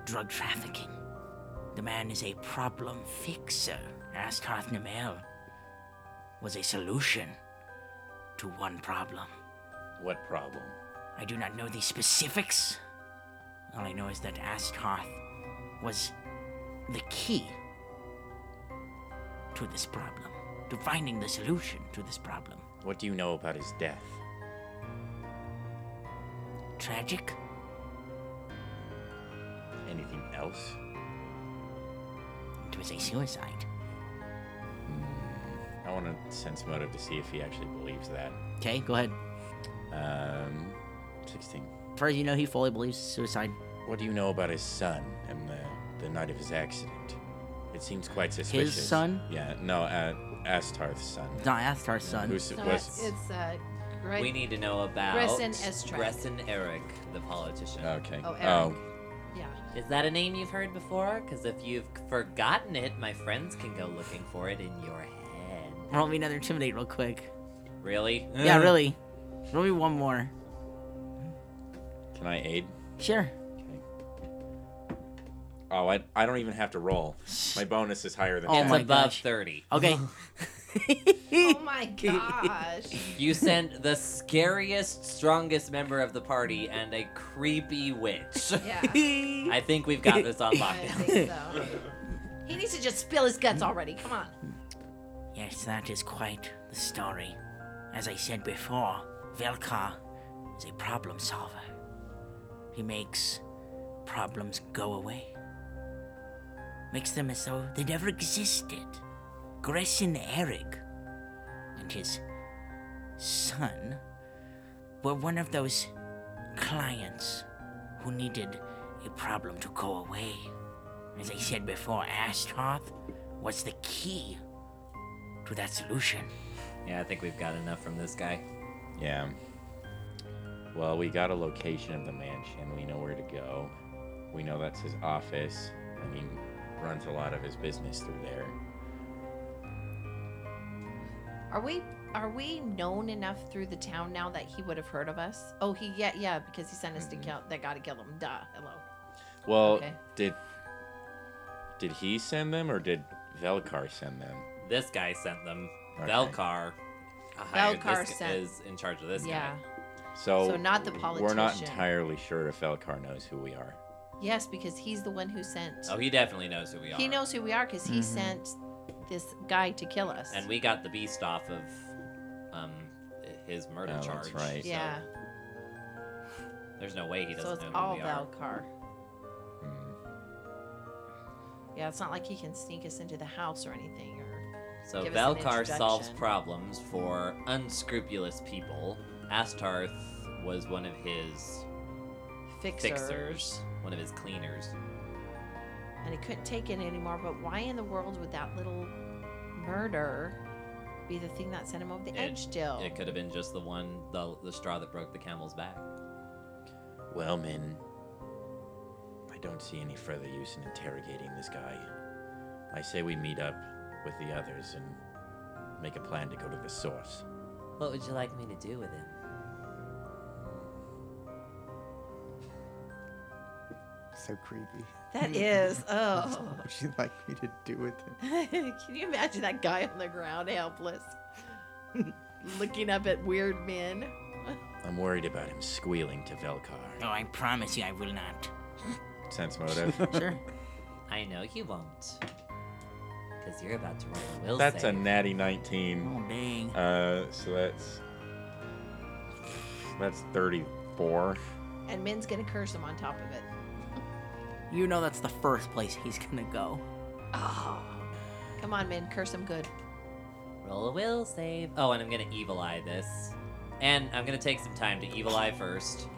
Speaker 1: drug trafficking. The man is a problem fixer. Askarth Namel was a solution to one problem.
Speaker 7: What problem?
Speaker 1: I do not know the specifics. All I know is that Astarth was the key to this problem, to finding the solution to this problem.
Speaker 7: What do you know about his death?
Speaker 1: Tragic?
Speaker 7: Anything else?
Speaker 1: It was a suicide.
Speaker 7: I want to sense motive to see if he actually believes that.
Speaker 1: Okay, go ahead.
Speaker 7: Um, 16.
Speaker 1: As far as you know, he fully believes suicide.
Speaker 7: What do you know about his son and the, the night of his accident? It seems quite suspicious.
Speaker 1: son?
Speaker 7: Yeah, no, uh, Astarth's son.
Speaker 1: It's not Astar's son.
Speaker 7: Who's
Speaker 6: No,
Speaker 7: was?
Speaker 6: it's, it's uh, right.
Speaker 2: we need to know about
Speaker 6: Gresson Estrak.
Speaker 2: Gresson Eric, the politician.
Speaker 7: okay.
Speaker 6: Oh, Eric. yeah.
Speaker 2: Is that a name you've heard before? Because if you've forgotten it, my friends can go looking for it in your head.
Speaker 1: Roll me another intimidate real quick.
Speaker 2: Really?
Speaker 1: Yeah, really. Roll me one more.
Speaker 7: can I aid?
Speaker 1: Sure.
Speaker 7: Oh, I, I don't even have to roll. My bonus is higher than
Speaker 1: Oh
Speaker 2: It's
Speaker 1: my
Speaker 2: above
Speaker 1: gosh.
Speaker 2: 30.
Speaker 1: Okay.
Speaker 6: Oh my gosh.
Speaker 2: You sent the scariest, strongest member of the party and a creepy witch.
Speaker 6: Yeah.
Speaker 2: I think we've got this on
Speaker 6: I
Speaker 2: lockdown.
Speaker 6: think so. He needs to just spill his guts already. Come on.
Speaker 1: Yes, that is quite the story. As I said before, Velkar is a problem solver. He makes problems go away. Makes them as though they never existed. Gresson Eric and his son were one of those clients who needed a problem to go away. As I said before, Astarth was the key to that solution.
Speaker 2: Yeah, I think we've got enough from this guy.
Speaker 7: Yeah. Well, we got a location of the mansion. We know where to go. We know that's his office. I mean, runs a lot of his business through there.
Speaker 6: Are we are we known enough through the town now that he would have heard of us? Oh, he yeah yeah because he sent us
Speaker 2: Mm-hmm.
Speaker 6: to kill that guy to kill him. Duh. Hello.
Speaker 7: Well,
Speaker 6: Okay.
Speaker 7: did did he send them or did Velkar send them?
Speaker 2: This guy sent them.
Speaker 7: Okay.
Speaker 2: Velkar. hired
Speaker 6: Velkar
Speaker 2: this g-
Speaker 6: sent-
Speaker 2: is in charge of this
Speaker 6: Yeah.
Speaker 2: guy. Oh,
Speaker 7: So,
Speaker 6: So not the
Speaker 7: We're not
Speaker 6: politician.
Speaker 7: entirely sure if Velkar knows who we are.
Speaker 6: Yes, because he's the one who sent.
Speaker 2: Oh, he definitely knows who we are. Mm-hmm.
Speaker 6: he knows who we are because he sent this guy to kill us.
Speaker 2: And we got the beast off of um his murder
Speaker 7: Oh, that's
Speaker 2: charge.
Speaker 7: right.
Speaker 2: so
Speaker 6: yeah.
Speaker 2: There's no way he
Speaker 6: So
Speaker 2: doesn't
Speaker 6: it's
Speaker 2: know who
Speaker 6: all
Speaker 2: we are. Hmm.
Speaker 6: Valkar. Yeah, it's not like he can sneak us into the house or anything. Or
Speaker 2: So
Speaker 6: Give us an
Speaker 2: Valkar solves
Speaker 6: introduction.
Speaker 2: problems for unscrupulous people. Astarth was one of his
Speaker 6: fixers.
Speaker 2: fixers, one of his cleaners.
Speaker 6: And he couldn't take it anymore. But why in the world would that little murder be the thing that sent him over the
Speaker 2: It-
Speaker 6: edge? Still.
Speaker 2: It could have been just the one, the, the straw that broke the camel's back.
Speaker 7: Well, Min, I don't see any further use in interrogating this guy. I say we meet up with the others and make a plan to go to the source.
Speaker 2: What would you like me to do with him?
Speaker 4: So creepy.
Speaker 6: That is. Oh.
Speaker 4: What would you like me to do with it?
Speaker 6: Can you imagine that guy on the ground, helpless, looking up at weird men?
Speaker 7: I'm worried about him squealing to Velkar.
Speaker 1: Oh, I promise you I will not.
Speaker 7: Sense motive.
Speaker 9: Sure.
Speaker 2: I know you won't. Because you're about to roll a will
Speaker 7: That's a
Speaker 2: save.
Speaker 7: natty 19.
Speaker 1: Oh, dang.
Speaker 7: Uh, so that's that's 34.
Speaker 6: And Min's gonna curse him on top of it.
Speaker 1: You know that's the first place he's gonna go.
Speaker 6: Oh. Come on, Min, curse him good.
Speaker 2: Roll a will save. Oh, and I'm gonna evil eye this, and I'm gonna take some time to evil eye first.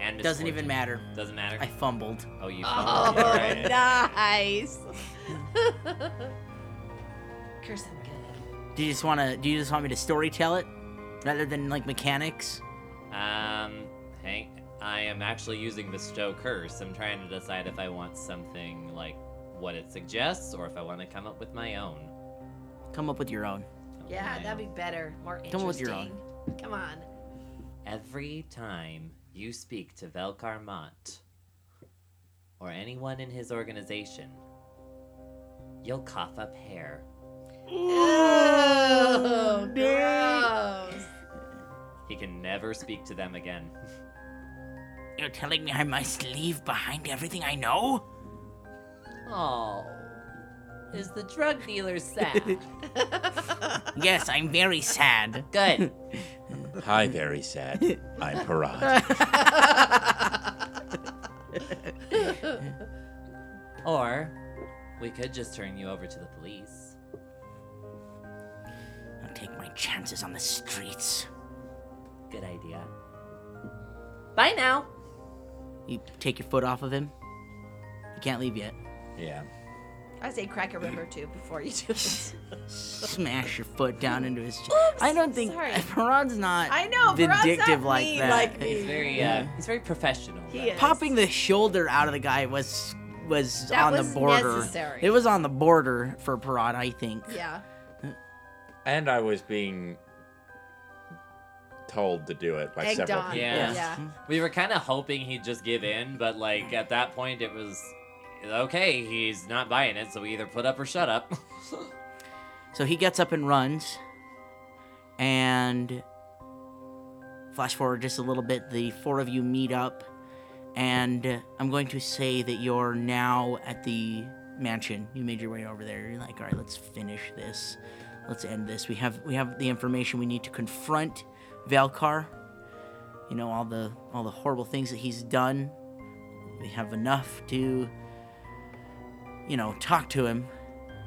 Speaker 2: And
Speaker 1: Doesn't
Speaker 2: misfortune.
Speaker 1: even matter.
Speaker 2: Doesn't matter.
Speaker 1: I fumbled.
Speaker 2: Oh, you.
Speaker 6: Oh,
Speaker 2: fucked it, right.
Speaker 6: nice. curse him good.
Speaker 1: Do you just wanna? Do you just want me to storytell it, rather than like mechanics?
Speaker 2: Um, hang. I am actually using bestow curse. I'm trying to decide if I want something like what it suggests, or if I want to come up with my own.
Speaker 1: Come up with your own.
Speaker 6: Yeah, that'd be better. More interesting.
Speaker 1: Come with your
Speaker 6: Come on.
Speaker 2: Every time you speak to Velkar Mott or anyone in his organization, you'll cough up hair.
Speaker 6: Oh, gross.
Speaker 2: He can never speak to them again.
Speaker 1: You're telling me I must leave behind everything I know?
Speaker 2: Oh, is the drug dealer sad?
Speaker 1: yes, I'm very sad.
Speaker 2: Good.
Speaker 7: Hi, very sad. I'm Parad.
Speaker 2: Or we could just turn you over to the police.
Speaker 1: I'll take my chances on the streets.
Speaker 2: Good idea. Bye now.
Speaker 1: You take your foot off of him. You can't leave yet.
Speaker 7: Yeah.
Speaker 6: I say crack a rib or two before you do it.
Speaker 1: Smash your foot down into his. Oops, I don't think
Speaker 6: sorry.
Speaker 1: Perron's not.
Speaker 6: I know, Perron's not
Speaker 1: vindictive like
Speaker 6: mean
Speaker 1: that.
Speaker 6: like me.
Speaker 2: He's very uh, he's very professional.
Speaker 6: He
Speaker 2: though.
Speaker 6: is.
Speaker 1: Popping the shoulder out of the guy was was
Speaker 6: That
Speaker 1: on
Speaker 6: was
Speaker 1: the border.
Speaker 6: necessary.
Speaker 1: It was on the border for Perron, I think.
Speaker 6: Yeah.
Speaker 7: And I was being told to do it by
Speaker 6: Egged
Speaker 7: several
Speaker 6: on.
Speaker 7: people.
Speaker 2: Yeah. Mm-hmm.
Speaker 6: yeah.
Speaker 2: We were kind of hoping he'd just give in, but like at that point it was okay, he's not buying it, so we either put up or shut up.
Speaker 1: So he gets up and runs. And flash forward just a little bit, the four of you meet up. And uh, I'm going to say that you're now at the mansion. You made your way over there. You're like, all right, let's finish this. Let's end this. We have we have the information we need to confront Valkar. You know all the all the horrible things that he's done. We have enough to, you know, talk to him,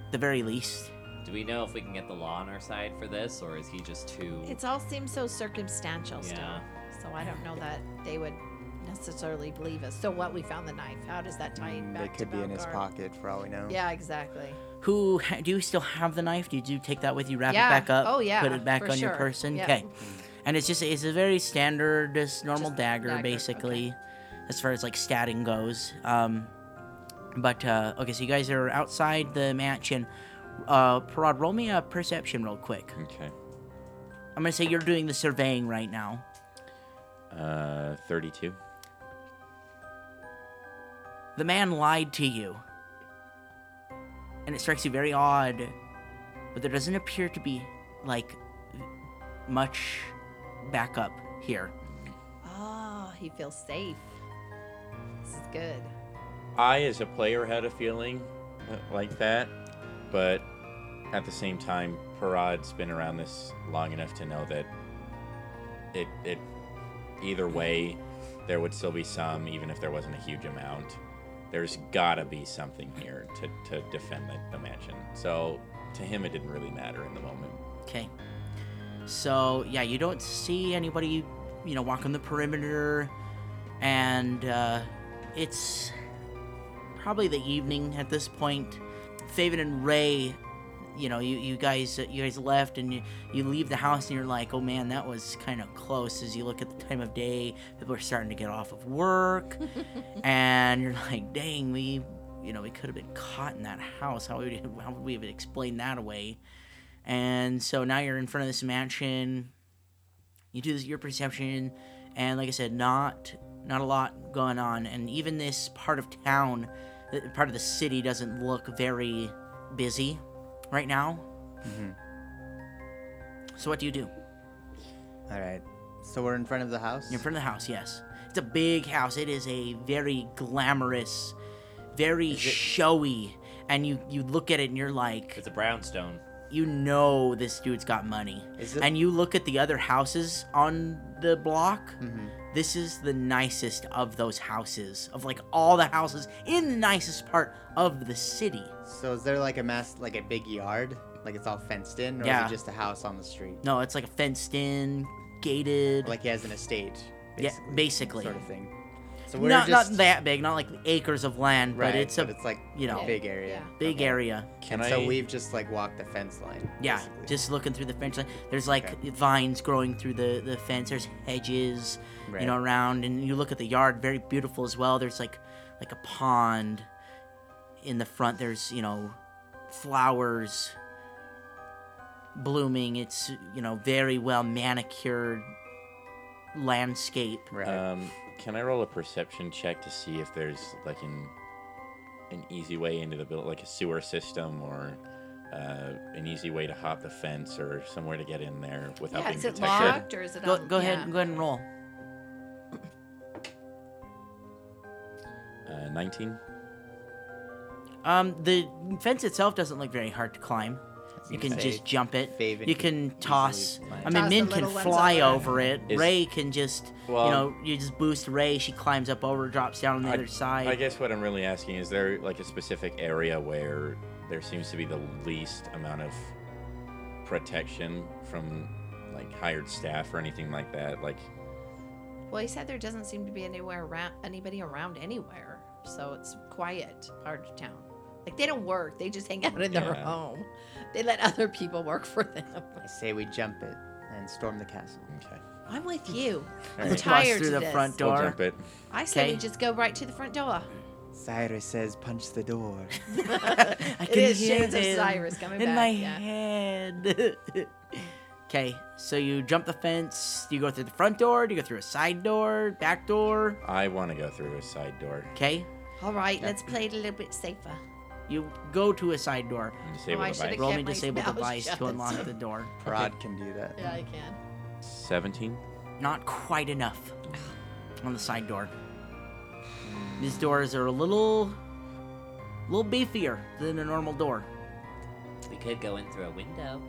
Speaker 1: at the very least.
Speaker 2: Do we know if we can get the law on our side for this, or is he just too?
Speaker 6: It's all seems so circumstantial
Speaker 2: Yeah.
Speaker 6: still. So I don't know that they would necessarily believe us. So what we found the knife. How does that tie it
Speaker 4: It
Speaker 6: back
Speaker 4: could
Speaker 6: to
Speaker 4: be in his
Speaker 6: Valgar?
Speaker 4: pocket for all we know.
Speaker 6: Yeah, exactly.
Speaker 1: Who ha- do you still have the knife? Did you take that with you, wrap it
Speaker 6: Yeah.
Speaker 1: back up,
Speaker 6: Oh, yeah,
Speaker 1: put it back
Speaker 6: for
Speaker 1: on your
Speaker 6: sure.
Speaker 1: person?
Speaker 6: Yeah.
Speaker 1: Okay, and it's just it's a very standard, just normal
Speaker 6: Just
Speaker 1: dagger,
Speaker 6: dagger,
Speaker 1: basically, as far as like statting goes. Um, but uh, okay, so you guys are outside the mansion. Uh, Parad, roll me a perception real quick.
Speaker 7: Okay.
Speaker 1: I'm gonna say you're doing the surveying right now.
Speaker 7: Uh, 32.
Speaker 1: The man lied to you. And it strikes you very odd, but there doesn't appear to be, like, much backup here.
Speaker 6: Oh, he feels safe. This is good.
Speaker 7: I, as a player, had a feeling uh, like that, but at the same time, Parad's been around this long enough to know that it, it either way, there would still be some, even if there wasn't a huge amount. There's gotta be something here to, to defend the, the mansion. So to him, it didn't really matter in the moment.
Speaker 1: Okay. So, yeah, you don't see anybody, you know, walking the perimeter, and uh, it's probably the evening at this point. Faven and Ray you know you, you guys you guys left and you, you leave the house and you're like oh man that was kind of close as you look at the time of day people are starting to get off of work and you're like dang we you know we could have been caught in that house how would how would we have explained that away and so now you're in front of this mansion you do this your perception and like i said not not a lot going on and even this part of town th- part of the city doesn't look very busy right now so what do you do
Speaker 4: All right. So we're in front of the house.
Speaker 1: you're in front of the house yes it's a big house it is a very glamorous very showy and you you look at it and you're like
Speaker 2: It's a brownstone.
Speaker 1: you know this dude's got money.
Speaker 4: Is it-
Speaker 1: And you look at the other houses on the block.
Speaker 4: Mm-hmm.
Speaker 1: This is the nicest of those houses, of like all the houses in the nicest part of the city.
Speaker 4: so is there like a mass, like a big yard, like it's all fenced in, or
Speaker 1: Yeah.
Speaker 4: is it just a house on the street?
Speaker 1: No, it's like fenced in, gated.
Speaker 4: Like he has an estate.
Speaker 1: Yeah,
Speaker 4: Basically,
Speaker 1: basically.
Speaker 4: Sort of thing. So we're
Speaker 1: not,
Speaker 4: just
Speaker 1: not that big, not like acres of land,
Speaker 4: right,
Speaker 1: but it's a
Speaker 4: like
Speaker 1: you know,
Speaker 4: a big area.
Speaker 6: Yeah.
Speaker 1: big
Speaker 4: Okay.
Speaker 1: area.
Speaker 7: Can
Speaker 4: and
Speaker 7: I?
Speaker 4: so we've just like walked the fence line.
Speaker 1: Yeah,
Speaker 4: basically.
Speaker 1: just looking through the fence. line, There's like vines growing through the, the fence. There's hedges, you
Speaker 4: Right.
Speaker 1: know, around, and you look at the yard. Very beautiful as well. There's like like a pond in the front. There's you know flowers blooming. It's you know very well manicured landscape.
Speaker 4: right.
Speaker 7: Um, can I roll a perception check to see if there's like an an easy way into the building, like a sewer system or uh, an easy way to hop the fence or somewhere to get in there without
Speaker 6: Yeah,
Speaker 7: being
Speaker 6: is it
Speaker 7: detected?
Speaker 6: locked or is it
Speaker 1: Go
Speaker 6: on?
Speaker 1: go ahead
Speaker 6: Oh, yeah.
Speaker 1: and go ahead and roll.
Speaker 7: Uh, 19.
Speaker 1: Um, the fence itself doesn't look very hard to climb. You can
Speaker 4: gonna say,
Speaker 1: just jump it.
Speaker 4: Faven
Speaker 1: You
Speaker 4: can
Speaker 1: can toss.
Speaker 4: easily
Speaker 1: I mean,
Speaker 4: climb.
Speaker 6: Toss
Speaker 1: Min
Speaker 6: the
Speaker 1: can
Speaker 6: little ones
Speaker 1: fly
Speaker 6: over.
Speaker 1: over it.
Speaker 7: Is-
Speaker 1: Ray can just, you
Speaker 7: Well-
Speaker 1: know, you just boost Ray. She climbs up over, drops down on the
Speaker 7: I-
Speaker 1: other side.
Speaker 7: I guess what I'm really asking is there like a specific area where there seems to be the least amount of protection from like hired staff or anything like that? Like,
Speaker 6: Well, he said there doesn't seem to be anywhere around anybody around anywhere, so it's quiet part of town. Like they don't work; they just hang out in their
Speaker 7: Yeah.
Speaker 6: home. They let other people work for them.
Speaker 4: I say we jump it and storm the castle.
Speaker 7: okay,
Speaker 6: I'm with you. I'm
Speaker 7: Alright.
Speaker 1: Bust
Speaker 6: tired
Speaker 1: through
Speaker 6: of
Speaker 1: the
Speaker 6: this.
Speaker 1: front
Speaker 7: we'll
Speaker 1: Door.
Speaker 7: jump it.
Speaker 6: I say we
Speaker 1: Okay.
Speaker 6: just go right to the front door.
Speaker 4: Cyrus says, "Punch the door."
Speaker 1: I
Speaker 6: it is Shades of Cyrus coming
Speaker 1: in
Speaker 6: back.
Speaker 1: my
Speaker 6: yeah.
Speaker 1: head. okay, so you jump the fence. Do you go through the front door? Do you go through a side door? Back door?
Speaker 7: I want to go through a side door.
Speaker 1: Okay,
Speaker 6: All right, let's play it a little bit safer.
Speaker 1: you go to a side door.
Speaker 7: and disable
Speaker 6: Oh, I
Speaker 7: the
Speaker 6: should've
Speaker 7: bike.
Speaker 1: Roll
Speaker 6: Kept
Speaker 1: me
Speaker 6: my
Speaker 1: disable
Speaker 6: mouth
Speaker 1: device
Speaker 6: shut.
Speaker 1: to unlock the door.
Speaker 4: Prod can do that.
Speaker 6: Yeah, I can.
Speaker 7: 17.
Speaker 1: not quite enough on the side door. These doors are a little, little beefier than a normal door.
Speaker 2: We could go in through a window.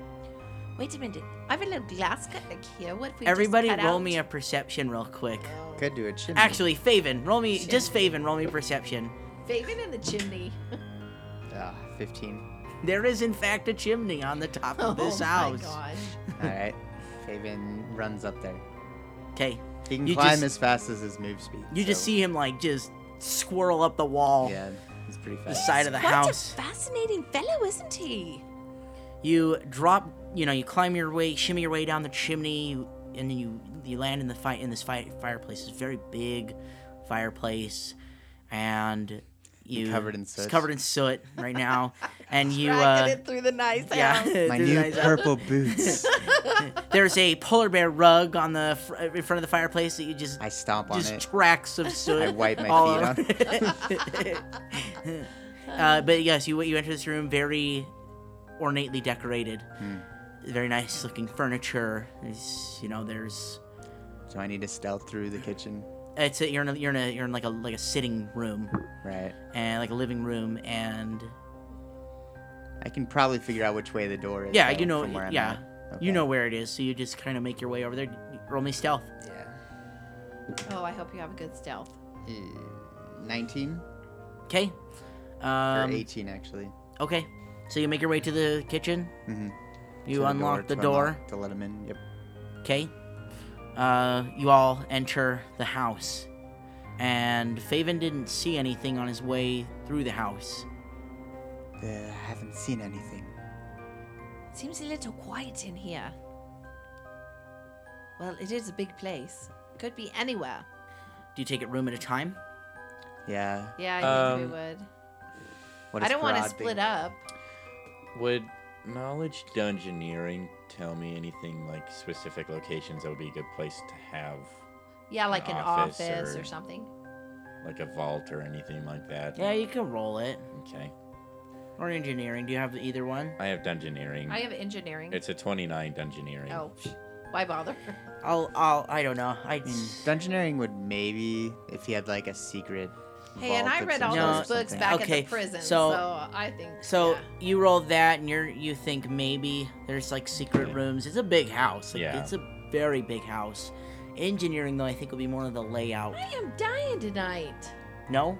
Speaker 6: Wait a minute. I have a little glass cut like here. What if we
Speaker 1: Everybody,
Speaker 6: just cut
Speaker 1: roll
Speaker 6: out? Mm-hmm.
Speaker 1: me a perception real quick.
Speaker 4: Could do a chimney.
Speaker 1: Actually, Faven, roll me just Faven, roll me perception.
Speaker 6: Faven in the chimney.
Speaker 4: Ah, fifteen.
Speaker 1: There is in fact a chimney on the top of this
Speaker 6: oh
Speaker 1: house.
Speaker 6: my gosh.
Speaker 4: All right. Faven runs up there.
Speaker 1: Okay,
Speaker 4: He can
Speaker 1: You
Speaker 4: climb
Speaker 1: just-
Speaker 4: as fast as his move speed.
Speaker 1: you just
Speaker 4: so-
Speaker 1: see him like just swirl up the wall,
Speaker 4: Yeah, he's pretty
Speaker 1: the
Speaker 4: fast.
Speaker 1: side of the
Speaker 6: Quite
Speaker 1: house.
Speaker 6: a fascinating fellow, isn't he?
Speaker 1: You drop, you know, you climb your way, shimmy your way down the chimney, you- and then you you land in the fight in this fi fireplace. It's a very big fireplace, and you
Speaker 4: covered in
Speaker 1: It's
Speaker 4: soot.
Speaker 1: covered in soot right now, and you
Speaker 6: Dragging
Speaker 1: uh,
Speaker 6: it through the nice
Speaker 1: yeah.
Speaker 6: house.
Speaker 4: My
Speaker 1: there's
Speaker 4: new
Speaker 1: nice-
Speaker 4: purple boots.
Speaker 1: There's a polar bear rug on the fr- in front of the fireplace that you just
Speaker 4: I stomp on
Speaker 1: just
Speaker 4: it.
Speaker 1: tracks of soot.
Speaker 4: I wipe my
Speaker 1: all
Speaker 4: feet on.
Speaker 1: over. uh, but yes, you you enter this room very ornately decorated,
Speaker 4: Hmm.
Speaker 1: very nice looking furniture. There's, you know, there's
Speaker 4: So I need to stealth through the kitchen.
Speaker 1: it's a, you're in a, you're in a, you're in like a like a sitting room
Speaker 4: Right.
Speaker 1: and like a living room and
Speaker 4: I can probably figure out which way the door is.
Speaker 1: yeah
Speaker 4: though,
Speaker 1: you know
Speaker 4: Oh, from where I'm
Speaker 1: yeah
Speaker 4: at.
Speaker 1: you
Speaker 4: Okay.
Speaker 1: know where it is so you just kind of make your way over there. Roll me stealth.
Speaker 4: Yeah.
Speaker 6: Oh, I hope you have a good stealth.
Speaker 4: Uh, Nineteen
Speaker 1: Okay.
Speaker 4: or
Speaker 1: Um,
Speaker 4: eighteen actually.
Speaker 1: okay. So you make your way to the kitchen.
Speaker 4: Mhm.
Speaker 1: You
Speaker 4: To
Speaker 1: unlock the
Speaker 4: to
Speaker 1: door.
Speaker 4: unlock- to let him in. Yep.
Speaker 1: Okay. Uh, you all enter the house, and Faven didn't see anything on his way through the house.
Speaker 4: Uh, I haven't seen anything.
Speaker 6: Seems a little quiet in here. Well, it is a big place. Could be anywhere.
Speaker 1: Do you take it room at a time?
Speaker 4: Yeah.
Speaker 6: Yeah, I think
Speaker 7: Um,
Speaker 6: we would.
Speaker 4: What
Speaker 6: I
Speaker 4: is
Speaker 6: don't want to
Speaker 4: Parad
Speaker 6: split
Speaker 4: being-
Speaker 6: up.
Speaker 7: Would knowledge dungeoneering tell me anything like specific locations that would be a good place to have,
Speaker 6: Yeah, like an
Speaker 7: office
Speaker 6: office,
Speaker 7: or-
Speaker 6: or something.
Speaker 7: like a vault or anything like that?
Speaker 1: Yeah, you can roll it.
Speaker 7: Okay.
Speaker 1: Or engineering. Do you have either one?
Speaker 7: I have dungeoneering.
Speaker 6: I have engineering.
Speaker 7: It's a 29 dungeoneering.
Speaker 6: Oh, psh, why bother?
Speaker 1: I'll. I'll. I don't know. I.
Speaker 4: I mean, dungeoneering would maybe if he had like a secret.
Speaker 6: hey, and
Speaker 4: vault
Speaker 6: I
Speaker 4: that's
Speaker 6: read all
Speaker 4: in there
Speaker 1: No,
Speaker 4: or
Speaker 6: those books
Speaker 4: something. Oh,
Speaker 6: back
Speaker 1: Okay,
Speaker 6: at the prison,
Speaker 1: so-
Speaker 6: so, I think.
Speaker 1: So
Speaker 6: yeah.
Speaker 1: you roll that, and you're. You think maybe there's like secret
Speaker 7: Yeah.
Speaker 1: rooms. It's a big house. Like,
Speaker 7: Yeah.
Speaker 1: It's a very big house. Engineering though, I think would be more of the layout.
Speaker 6: I am dying tonight.
Speaker 1: No,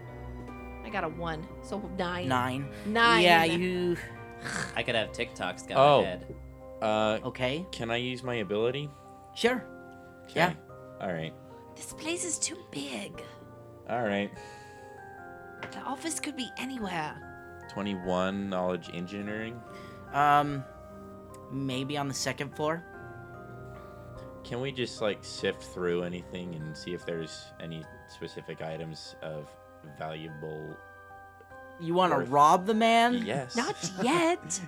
Speaker 6: I got a one, so nine.
Speaker 1: nine.
Speaker 6: Nine.
Speaker 1: Yeah, you.
Speaker 2: I could have TikTok scout
Speaker 7: Oh.
Speaker 2: ahead.
Speaker 7: Uh,
Speaker 1: Okay.
Speaker 7: can I use my ability?
Speaker 1: Sure. Yeah.
Speaker 7: All right.
Speaker 6: This place is too big.
Speaker 7: All right.
Speaker 6: The office could be anywhere.
Speaker 7: 21 knowledge engineering.
Speaker 1: Um, maybe on the second floor.
Speaker 7: Can we just like sift through anything and see if there's any specific items of valuable?
Speaker 1: You want to
Speaker 7: Worth-
Speaker 1: rob the man?
Speaker 7: Yes.
Speaker 6: Um, Not yet.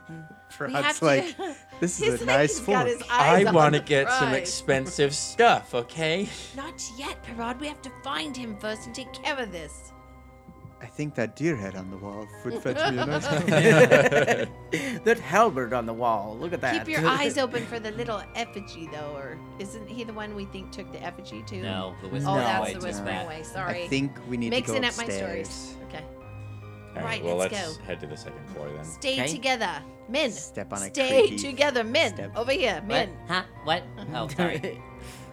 Speaker 6: we have
Speaker 4: Parad's
Speaker 6: to.
Speaker 4: like, this
Speaker 6: He's
Speaker 4: is a
Speaker 6: like,
Speaker 4: nice
Speaker 6: he's got
Speaker 4: fork.
Speaker 6: his eyes
Speaker 7: I
Speaker 6: on
Speaker 7: want to
Speaker 6: the
Speaker 7: get some
Speaker 6: prize.
Speaker 7: expensive stuff, okay?
Speaker 6: Not yet, Parad. We have to find him first and take care of this.
Speaker 4: I think that deer head on the wall would fetch me a nice
Speaker 1: that halberd on the wall. Look at that.
Speaker 6: Keep your eyes open for the little effigy, though. Or isn't he the one we think took the effigy too?
Speaker 2: No, the
Speaker 6: Oh,
Speaker 2: whispering
Speaker 6: that's
Speaker 2: way
Speaker 6: the
Speaker 2: took
Speaker 6: whispering
Speaker 2: that.
Speaker 6: way. Sorry.
Speaker 4: I think we need to
Speaker 6: Mixing
Speaker 4: go
Speaker 6: up my
Speaker 4: upstairs.
Speaker 6: stories. Okay.
Speaker 7: All
Speaker 6: Right,
Speaker 7: well,
Speaker 6: let's
Speaker 7: let's
Speaker 6: go.
Speaker 7: head to the second floor then.
Speaker 6: Stay
Speaker 1: Okay.
Speaker 6: together, men.
Speaker 4: Step on a
Speaker 6: Stay
Speaker 4: creaky
Speaker 6: together, men.
Speaker 4: step.
Speaker 6: Over here,
Speaker 2: What?
Speaker 6: men.
Speaker 2: Huh? What? Oh, sorry.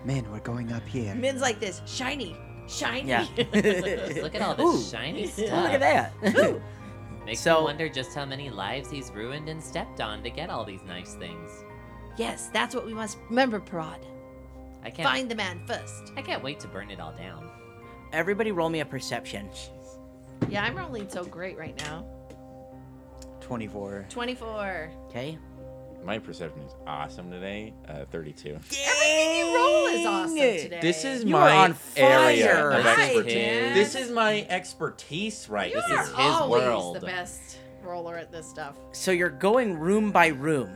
Speaker 4: Man, we're going up here.
Speaker 6: Men's like this, shiny, shiny.
Speaker 1: yeah.
Speaker 2: Look at all this
Speaker 1: Ooh.
Speaker 2: shiny stuff.
Speaker 1: Look at that.
Speaker 2: Makes
Speaker 1: So-
Speaker 2: me wonder just how many lives he's ruined and stepped on to get all these nice things.
Speaker 6: yes, that's what we must remember, Parad.
Speaker 2: I can't.
Speaker 6: Find the man first.
Speaker 2: I can't wait to burn it all down.
Speaker 1: Everybody, roll me a perception.
Speaker 6: Yeah, I'm rolling so great right now.
Speaker 4: 24.
Speaker 6: 24.
Speaker 1: Okay.
Speaker 7: My perception is awesome today. Uh, 32.
Speaker 6: Everything you roll is awesome today.
Speaker 7: This is
Speaker 1: You are
Speaker 7: my
Speaker 1: on
Speaker 7: area
Speaker 1: fire.
Speaker 7: of
Speaker 6: Right,
Speaker 7: expertise.
Speaker 6: man.
Speaker 7: This is my expertise, right?
Speaker 6: You
Speaker 7: this is
Speaker 6: are
Speaker 7: his
Speaker 6: always
Speaker 7: world.
Speaker 6: the best roller at this stuff.
Speaker 1: So you're going room by room,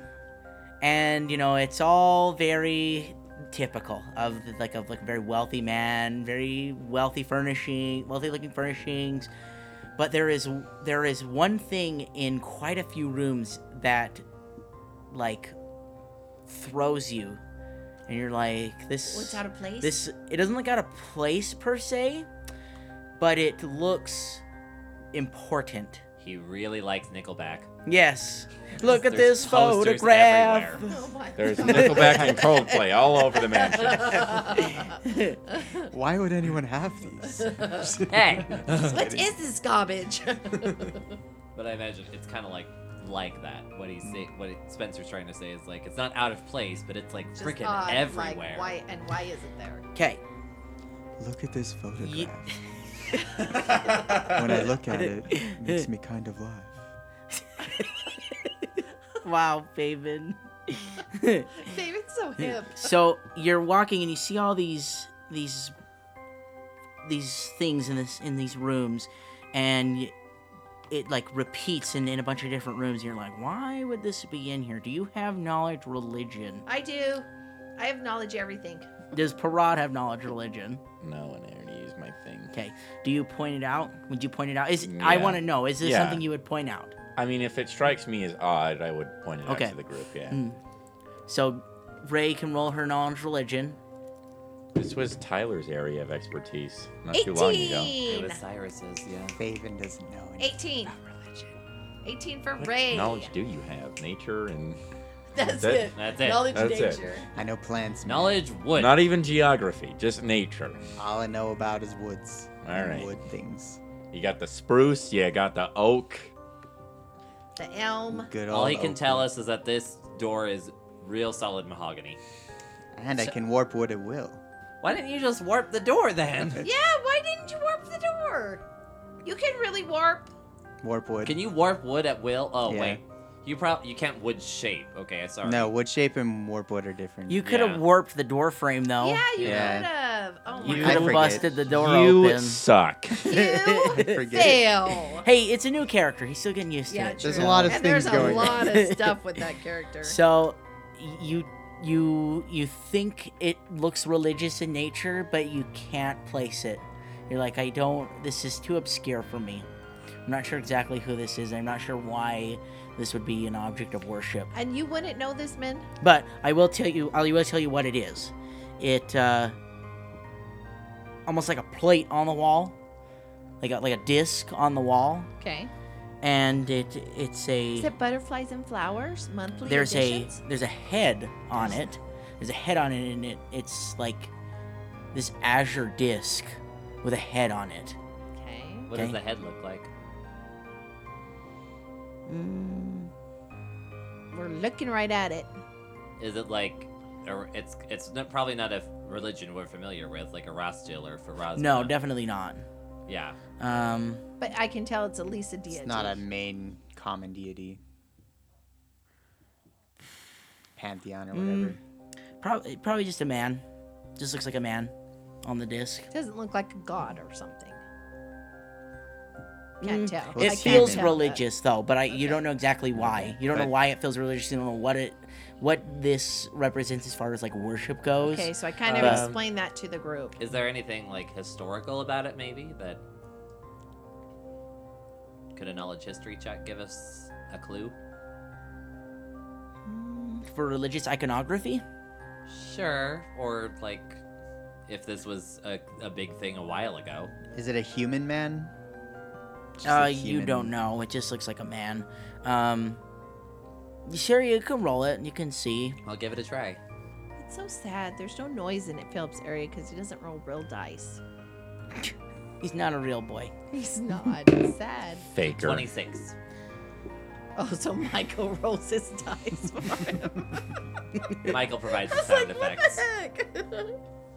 Speaker 1: and you know it's all very typical of like of like a very wealthy man, very wealthy furnishing, wealthy looking furnishings. But there is there is one thing in quite a few rooms that like throws you, and you're like this.
Speaker 6: What's out of place?
Speaker 1: This it doesn't look out of place per se, but it looks important.
Speaker 2: He really likes Nickelback.
Speaker 1: Yes. Look at
Speaker 2: There's
Speaker 1: this
Speaker 2: posters
Speaker 1: photograph.
Speaker 2: everywhere.
Speaker 6: Oh my
Speaker 7: There's
Speaker 6: God.
Speaker 7: Nickelback and Coldplay all over the mansion.
Speaker 4: Why would anyone have these?
Speaker 2: Hey!
Speaker 6: What is this garbage?
Speaker 2: but I imagine it's kind of like like that. What he's say, what it- Spencer's trying to say is like it's not out of place, but it's like
Speaker 6: Just
Speaker 2: freaking
Speaker 6: odd, like,
Speaker 2: everywhere.
Speaker 6: why and why is it there?
Speaker 1: Okay.
Speaker 4: Look at this photograph.
Speaker 1: Ye-
Speaker 4: when I look at it, it makes me kind of laugh.
Speaker 1: Wow, Faven.
Speaker 6: David's so hip.
Speaker 1: so you're walking and you see all these these these things in this in these rooms and y- it like repeats in, in a bunch of different rooms. You're like, why would this be in here? Do you have knowledge religion?
Speaker 6: I do. I have knowledge of everything.
Speaker 1: Does Parad have knowledge religion?
Speaker 7: no, and I already used my thing.
Speaker 1: Okay. Do you point it out? Would you point it out? Is I
Speaker 7: Yeah.
Speaker 1: want to know. Is this
Speaker 7: Yeah.
Speaker 1: something you would point out?
Speaker 7: I mean, if it strikes me as odd, I would point it
Speaker 1: Okay.
Speaker 7: out to the group. Yeah.
Speaker 1: So Ray can roll her knowledge religion.
Speaker 7: This was Tyler's area of expertise not too long ago.
Speaker 2: It
Speaker 6: 18.
Speaker 2: was Cyrus's, yeah.
Speaker 4: Faven doesn't know anything.
Speaker 6: 18. 18 for
Speaker 7: What
Speaker 6: Ray.
Speaker 7: knowledge do you have? Nature and
Speaker 6: That's
Speaker 7: That-
Speaker 6: it.
Speaker 2: That's it.
Speaker 6: Knowledge
Speaker 7: That's it.
Speaker 6: nature.
Speaker 4: I know plants. man.
Speaker 2: Knowledge wood.
Speaker 7: not even geography, just nature.
Speaker 4: All I know about is woods.
Speaker 7: All
Speaker 4: and
Speaker 7: right.
Speaker 4: Wood things.
Speaker 7: You got the spruce, you got the oak.
Speaker 6: The elm.
Speaker 4: Good old
Speaker 2: All he can
Speaker 4: oak.
Speaker 2: tell us is that this door is real solid mahogany.
Speaker 4: And I can warp wood at will.
Speaker 2: Why didn't you just warp the door then?
Speaker 6: Yeah, why didn't you warp the door? You can really warp.
Speaker 4: Warp wood.
Speaker 2: Can you warp wood at will? Oh
Speaker 4: Yeah.
Speaker 2: wait, You prob you can't wood shape. Okay, sorry.
Speaker 4: No, wood shape and warp wood are different.
Speaker 1: You could have
Speaker 2: Yeah.
Speaker 1: warped the door frame though.
Speaker 6: Yeah, you
Speaker 4: Yeah.
Speaker 6: could have. Oh
Speaker 1: You
Speaker 6: my
Speaker 4: I
Speaker 1: could have
Speaker 4: forget.
Speaker 1: busted the door
Speaker 7: you
Speaker 1: open.
Speaker 7: suck.
Speaker 6: god.
Speaker 4: I
Speaker 6: You
Speaker 4: forget.
Speaker 6: fail.
Speaker 1: Hey, it's a new character. He's still getting used to
Speaker 6: Yeah,
Speaker 1: it.
Speaker 4: There's a
Speaker 6: true.
Speaker 4: lot of
Speaker 6: and
Speaker 4: things
Speaker 6: there's a
Speaker 4: going on.
Speaker 6: lot of stuff with that character.
Speaker 1: So y- you you you think it looks religious in nature, but you can't place it. You're like, I don't. This is too obscure for me. I'm not sure exactly who this is. I'm not sure why this would be an object of worship.
Speaker 6: and you wouldn't know this, Min?
Speaker 1: But I will tell you. I will tell you what it is. It uh, almost like a plate on the wall, like a, like a disc on the wall,
Speaker 6: Okay.
Speaker 1: and it it's a
Speaker 6: Is it butterflies and flowers monthly
Speaker 1: there's
Speaker 6: editions?
Speaker 1: a there's a head on it. There's a head on it, and it it's like this azure disc with a head on it.
Speaker 6: Okay.
Speaker 2: What
Speaker 1: Okay.
Speaker 2: does the head look like?
Speaker 6: We're looking right at it.
Speaker 2: Is it like, or it's it's not, probably not a religion we're familiar with, like a Rastil or Faraz.
Speaker 1: No, definitely not.
Speaker 2: Yeah.
Speaker 1: Um,
Speaker 6: But I can tell it's at least a deity.
Speaker 4: It's not a main common deity. Pantheon or
Speaker 1: Hmm.
Speaker 4: whatever.
Speaker 1: probably probably just a man. Just looks like a man on the disc.
Speaker 6: doesn't look like a god or something. Can't tell.
Speaker 4: Well,
Speaker 1: Mm.
Speaker 6: I
Speaker 1: It
Speaker 6: can't
Speaker 4: it's
Speaker 1: feels
Speaker 6: tell, but-
Speaker 1: religious though, but I you don't know exactly why. You don't know
Speaker 4: But-
Speaker 1: why it feels religious. You don't know what it what this represents as far as like worship goes.
Speaker 6: Okay, so I kind of
Speaker 1: Um,
Speaker 6: explained that to the group.
Speaker 2: Is there anything like historical about it? Maybe that could a knowledge history check give us a clue?
Speaker 1: For religious iconography,
Speaker 2: Sure. Or like, if this was a, a big thing a while ago.
Speaker 4: Is it a human man? Just a
Speaker 1: uh, you
Speaker 4: human-
Speaker 1: don't know. It just looks like a man. Um, sure, you can roll it. and You can see.
Speaker 2: I'll give it a try.
Speaker 6: It's so sad. There's no noise in it, Phillips area, because he doesn't roll real dice.
Speaker 1: He's not a real boy.
Speaker 6: He's not. It's sad.
Speaker 7: Faker.
Speaker 2: Twenty six.
Speaker 6: Oh, so Michael rolls his dice for him.
Speaker 2: Michael provides the sound effects.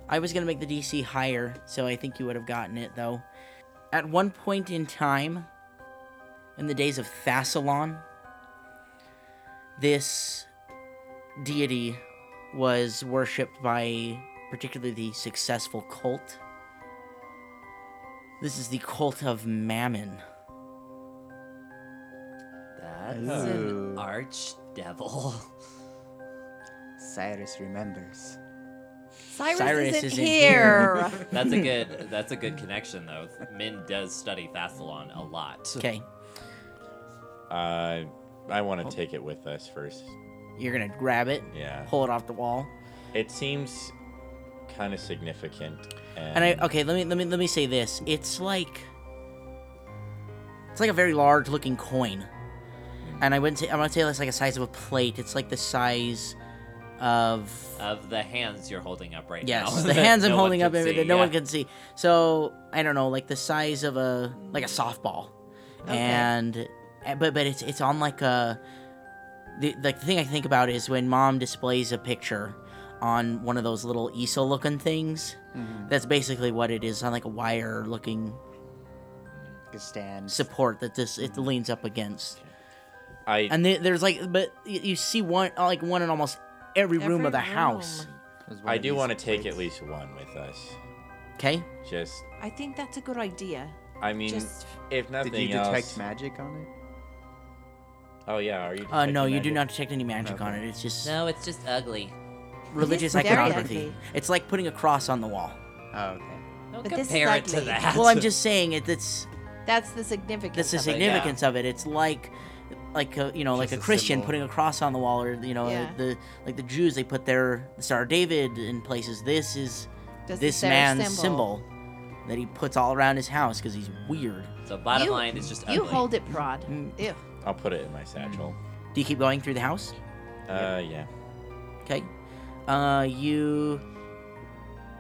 Speaker 1: I was gonna make the DC higher, so I think you would have gotten it though. At one point in time, in the days of Thassalon, this deity was worshipped by particularly the successful cult. This is the cult of Mammon.
Speaker 2: That's
Speaker 4: Ooh.
Speaker 2: an archdevil.
Speaker 4: Cyrus remembers.
Speaker 6: Cyrus,
Speaker 1: Cyrus
Speaker 6: isn't,
Speaker 1: isn't
Speaker 6: here.
Speaker 2: That's a good. That's a good connection, though. Min does study Thassalon a lot.
Speaker 1: Okay,
Speaker 7: Uh, I want to take it with us first.
Speaker 1: you're gonna grab it,
Speaker 7: Yeah.
Speaker 1: pull it off the wall.
Speaker 7: It seems kind of significant. And,
Speaker 1: And I okay, let me let me let me say this. It's like it's like a very large looking coin. And I wouldn't say I'm gonna say it's like a size of a plate. It's like the size of
Speaker 2: Of the hands you're holding up right now.
Speaker 1: yes, the
Speaker 2: that
Speaker 1: hands I'm
Speaker 2: no one
Speaker 1: holding
Speaker 2: can
Speaker 1: up and
Speaker 2: see,
Speaker 1: that no one
Speaker 2: yeah.
Speaker 1: can see. So I don't know, like the size of a like a softball,
Speaker 6: Okay.
Speaker 1: and and- but but it's it's on like a the like the thing I think about is when mom displays a picture on one of those little easel looking things.
Speaker 2: Mm-hmm.
Speaker 1: That's basically what it is on like a wire looking
Speaker 4: Good stand.
Speaker 1: support that this it leans up against.
Speaker 7: I
Speaker 1: And the- there's like but y- you see one uh, like one in almost every, room
Speaker 6: Every
Speaker 1: of the house.
Speaker 6: room.
Speaker 4: Was one
Speaker 7: I
Speaker 4: of
Speaker 7: do
Speaker 4: these
Speaker 7: want to take
Speaker 4: plates.
Speaker 7: at least one with us.
Speaker 1: Okay?
Speaker 7: Just
Speaker 6: I think that's a good idea.
Speaker 7: I mean,
Speaker 6: Just-
Speaker 7: if nothing
Speaker 4: Did you detect
Speaker 7: else.
Speaker 4: magic on it?
Speaker 7: oh yeah, are you?
Speaker 1: Uh no,
Speaker 7: detecting
Speaker 1: you do
Speaker 7: magic?
Speaker 1: not detect any magic on it. It's just
Speaker 2: No, it's just ugly.
Speaker 1: religious
Speaker 6: It is very
Speaker 1: iconography.
Speaker 6: ugly.
Speaker 1: It's like putting a cross on the wall.
Speaker 4: Oh, okay.
Speaker 2: Don't
Speaker 6: But this is
Speaker 2: compare it to
Speaker 6: ugly.
Speaker 2: that.
Speaker 1: Well, I'm just saying it, it's
Speaker 6: That's the significance.
Speaker 1: that's the
Speaker 6: of it.
Speaker 2: significant-
Speaker 1: significance of it. It's like like a, you know like a
Speaker 4: Just a
Speaker 1: Christian
Speaker 4: symbol.
Speaker 1: putting a cross on the wall, or you know
Speaker 6: Yeah.
Speaker 1: the like the Jews they put their the Star of David in places. This is
Speaker 6: Just
Speaker 1: this
Speaker 6: their
Speaker 1: man's symbol. that he puts all around his house because he's weird.
Speaker 2: So bottom
Speaker 6: You-
Speaker 2: line, it's just ugly.
Speaker 6: You hold it, Prod.
Speaker 1: Mm.
Speaker 6: Ew.
Speaker 7: I'll put it in my satchel.
Speaker 1: Do you keep going through the house?
Speaker 7: Uh, yeah.
Speaker 1: Okay. Uh, you
Speaker 6: You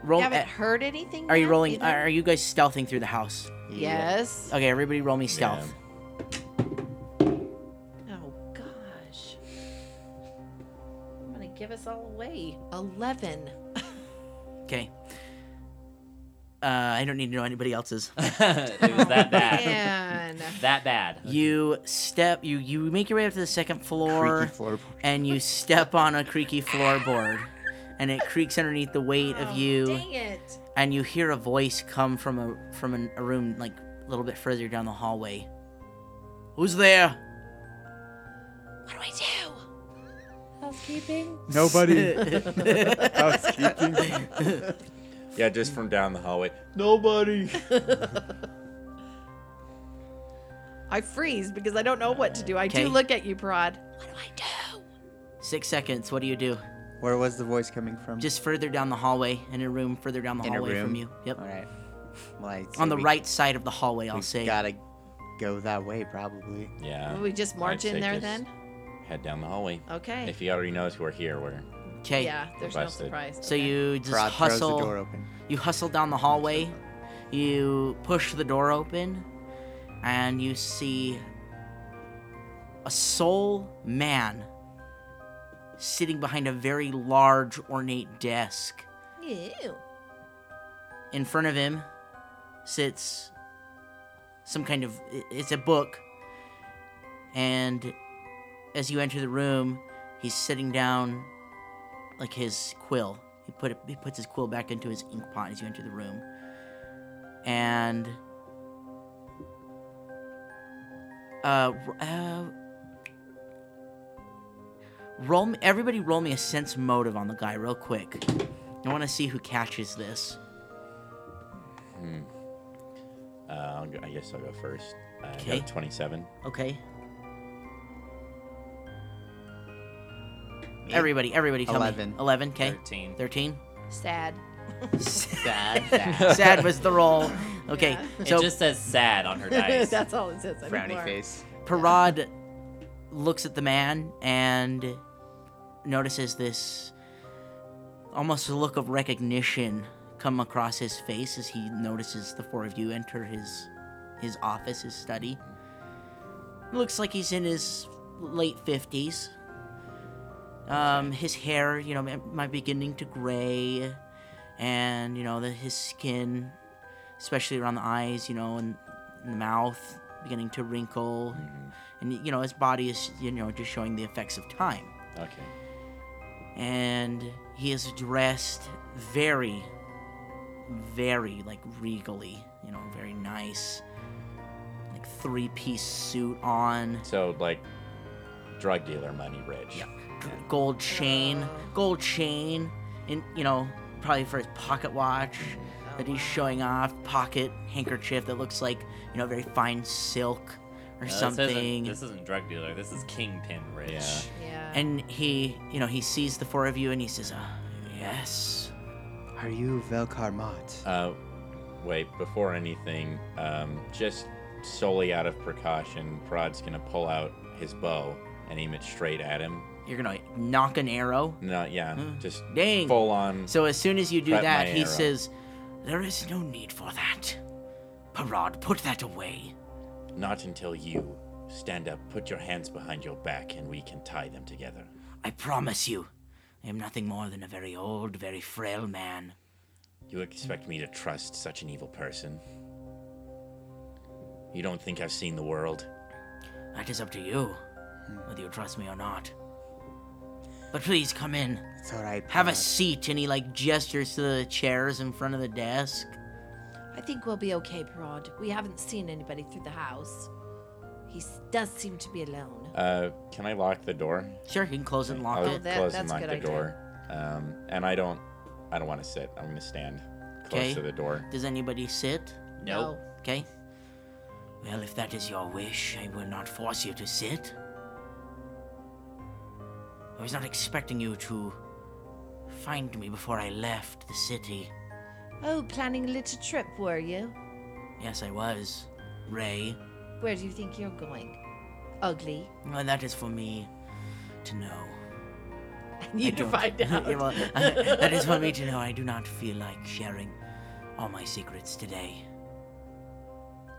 Speaker 1: roll.
Speaker 6: haven't
Speaker 1: eh,
Speaker 6: heard anything.
Speaker 1: are you
Speaker 6: yet?
Speaker 1: rolling?
Speaker 6: don't-
Speaker 1: Are you guys stealthing through the house?
Speaker 6: Yes.
Speaker 1: Okay, everybody, roll me stealth.
Speaker 6: Oh gosh. I'm gonna give us all away. Eleven.
Speaker 1: Okay. Uh, I don't need to know anybody else's.
Speaker 2: it was that bad.
Speaker 6: Man.
Speaker 2: that bad.
Speaker 1: You step. You you make your way up to the second floor,
Speaker 4: Creaky floorboard.
Speaker 1: and you step on a creaky floorboard, and it creaks underneath the weight of
Speaker 6: Oh,
Speaker 1: you.
Speaker 6: Dang it.
Speaker 1: and you hear a voice come from a from an, a room like a little bit further down the hallway. Who's there?
Speaker 6: What do I do?
Speaker 10: Housekeeping?
Speaker 4: Nobody. Housekeeping.
Speaker 7: Yeah, just from down the hallway.
Speaker 11: Nobody.
Speaker 6: I freeze because I don't know what to do. I
Speaker 1: Okay.
Speaker 6: do look at you, Parad. What do I do?
Speaker 1: Six seconds. What do you do?
Speaker 4: Where was the voice coming from?
Speaker 1: Just further down the hallway, in a room further down the
Speaker 4: In a
Speaker 1: hallway from
Speaker 4: room?
Speaker 1: you. Yep.
Speaker 4: All right. Well, I'd say
Speaker 1: On the
Speaker 4: we-
Speaker 1: right side of the hallway, I'll
Speaker 4: we
Speaker 1: say.
Speaker 4: Gotta go that way, probably.
Speaker 7: Yeah.
Speaker 6: Will we just march
Speaker 7: I'd say
Speaker 6: in there
Speaker 7: just
Speaker 6: then?
Speaker 7: Head down the hallway.
Speaker 6: Okay.
Speaker 7: If he already knows we're here, we're
Speaker 1: Okay.
Speaker 6: yeah, there's no
Speaker 7: busted.
Speaker 6: surprise.
Speaker 1: So
Speaker 6: Okay.
Speaker 1: you just
Speaker 4: Parad throws the door
Speaker 1: hustle.
Speaker 4: open.
Speaker 1: You hustle down the hallway. You push the door open, and you see a sole man sitting behind a very large, ornate desk.
Speaker 6: Ew.
Speaker 1: in front of him sits some kind of i- it's a book and as you enter the room he's sitting down like his quill he put it, he puts his quill back into his ink pot as you enter the room and uh, r- uh roll me, everybody roll me a sense motive on the guy real quick i want to see who catches this
Speaker 7: Uh, I'll go, I guess I'll go first. Uh, I got
Speaker 1: Okay.
Speaker 7: 27.
Speaker 1: Okay. Everybody, everybody, tell
Speaker 4: Eleven.
Speaker 1: me. Eleven. Okay.
Speaker 2: 13.
Speaker 1: Thirteen.
Speaker 6: Sad.
Speaker 4: Sad, sad.
Speaker 1: Sad was the roll. Okay.
Speaker 6: Yeah.
Speaker 1: So
Speaker 2: it just says sad on her dice.
Speaker 6: That's all it says.
Speaker 4: Frowny
Speaker 6: anymore.
Speaker 4: face.
Speaker 1: Parad looks at the man and notices this almost a look of recognition come across his face as he notices the four of you enter his his office, his study. Looks like he's in his late fifties. Um, his hair, you know, m- might beginning to gray, and you know, the, his skin, especially around the eyes, you know, and, and the mouth, beginning to wrinkle,
Speaker 2: Mm-hmm.
Speaker 1: and you know, his body is, you know, just showing the effects of time
Speaker 7: Okay.
Speaker 1: and he is dressed very very like regally you know very nice like three piece suit on
Speaker 7: So, like, drug dealer money rich.
Speaker 1: Yeah. gold chain gold chain and you know probably for his pocket watch
Speaker 2: Mm-hmm.
Speaker 1: that he's showing off pocket handkerchief that looks like you know very fine silk or
Speaker 2: No, this isn't-
Speaker 1: something
Speaker 2: This isn't, drug dealer. This is kingpin rich.
Speaker 7: Yeah.
Speaker 6: Yeah.
Speaker 1: and he you know he sees the four of you and he says uh, yes
Speaker 4: Are you Velkarmat?
Speaker 7: Uh, wait, before anything, um, just solely out of precaution, Prod's going to pull out his bow and aim it straight at him.
Speaker 1: you're gonna knock an arrow
Speaker 7: No, yeah,
Speaker 1: Hmm.
Speaker 7: just
Speaker 1: Dang.
Speaker 7: full on.
Speaker 1: So as soon as you do
Speaker 7: Prep
Speaker 1: that,
Speaker 7: my
Speaker 1: he
Speaker 7: arrow.
Speaker 1: says, There is no need for that. Parad, put that away.
Speaker 7: Not until you stand up, put your hands behind your back, and we can tie them together.
Speaker 1: I promise you, I am nothing more than a very old, very frail man.
Speaker 7: You expect me to trust such an evil person? You don't think I've seen the world?
Speaker 1: That is up to you,
Speaker 7: Hmm.
Speaker 1: whether you trust me or not. But please come in.
Speaker 4: It's alright.
Speaker 1: Have a
Speaker 4: Parad.
Speaker 1: seat. And he like gestures to the chairs in front of the desk.
Speaker 6: I think we'll be okay, Parad. We haven't seen anybody through the house. He s- does seem to be alone.
Speaker 7: Uh, can I lock the door?
Speaker 1: Sure, he can close it and lock
Speaker 7: I'll
Speaker 6: Oh,
Speaker 1: it.
Speaker 6: that-
Speaker 7: close
Speaker 6: that's
Speaker 7: and
Speaker 6: a
Speaker 7: lock
Speaker 6: good
Speaker 7: the
Speaker 6: idea.
Speaker 7: door. Um, and I don't, I don't want to sit. I'm gonna stand close
Speaker 1: Okay.
Speaker 7: to the door.
Speaker 1: Does anybody sit?
Speaker 2: Nope.
Speaker 1: Okay. Well, if that is your wish, I will not force you to sit. I was not expecting you to find me before I left the city.
Speaker 6: Oh, planning a little trip, were you?
Speaker 1: Yes, I was. Ray.
Speaker 6: Where do you think you're going? Ugly.
Speaker 1: Well, that is for me to know.
Speaker 6: you
Speaker 1: I don't- Yeah, well, that is for me to know. I do not feel like sharing all my secrets today.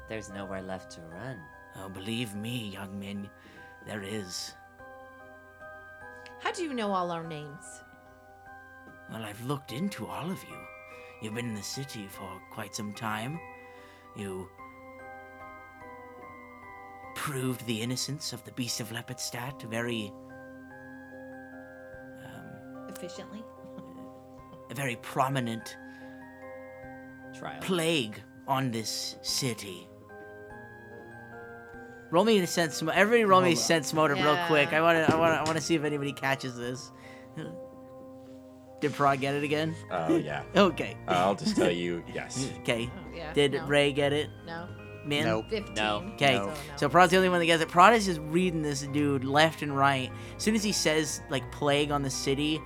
Speaker 2: There's nowhere left to run.
Speaker 1: Oh, believe me, young men, there is.
Speaker 6: How do you know all our names?
Speaker 1: Well, I've looked into all of you. You've been in the city for quite some time. You proved the innocence of the Beast of Lepidstadt very,
Speaker 6: efficiently.
Speaker 1: a very prominent
Speaker 2: Trial.
Speaker 1: plague on this city. Roll me a sense. mo- Everybody, roll me a sense motor real quick.
Speaker 6: Yeah.
Speaker 1: I want to. I want to. I want to see if anybody catches this. Did Prague get it again?
Speaker 7: Oh yeah.
Speaker 1: Okay.
Speaker 7: I'll just tell you, yes.
Speaker 1: Okay.
Speaker 6: Oh, yeah.
Speaker 1: Did
Speaker 6: no.
Speaker 1: Ray get it?
Speaker 6: No.
Speaker 1: Man.
Speaker 4: Nope.
Speaker 6: 15.
Speaker 2: No.
Speaker 1: Okay,
Speaker 4: No.
Speaker 1: so Prod's the only one that gets it. Prod is just reading this dude left and right. As soon as he says like plague on the city,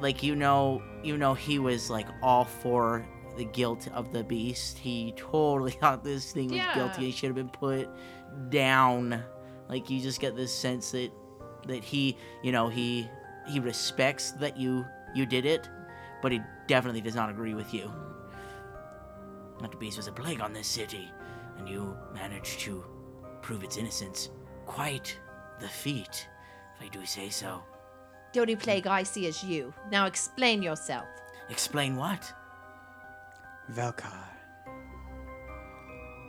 Speaker 1: like you know, you know he was like all for the guilt of the beast. He totally thought this thing was
Speaker 6: Yeah.
Speaker 1: guilty. He should have been put down. Like you just get this sense that that he, you know, he he respects that you you did it, but he definitely does not agree with you. That the beast was a plague on this city, and you managed to prove its innocence. Quite the feat, if I do say so.
Speaker 6: The only plague I see is you. Now explain yourself.
Speaker 1: Explain what?
Speaker 4: Velkar.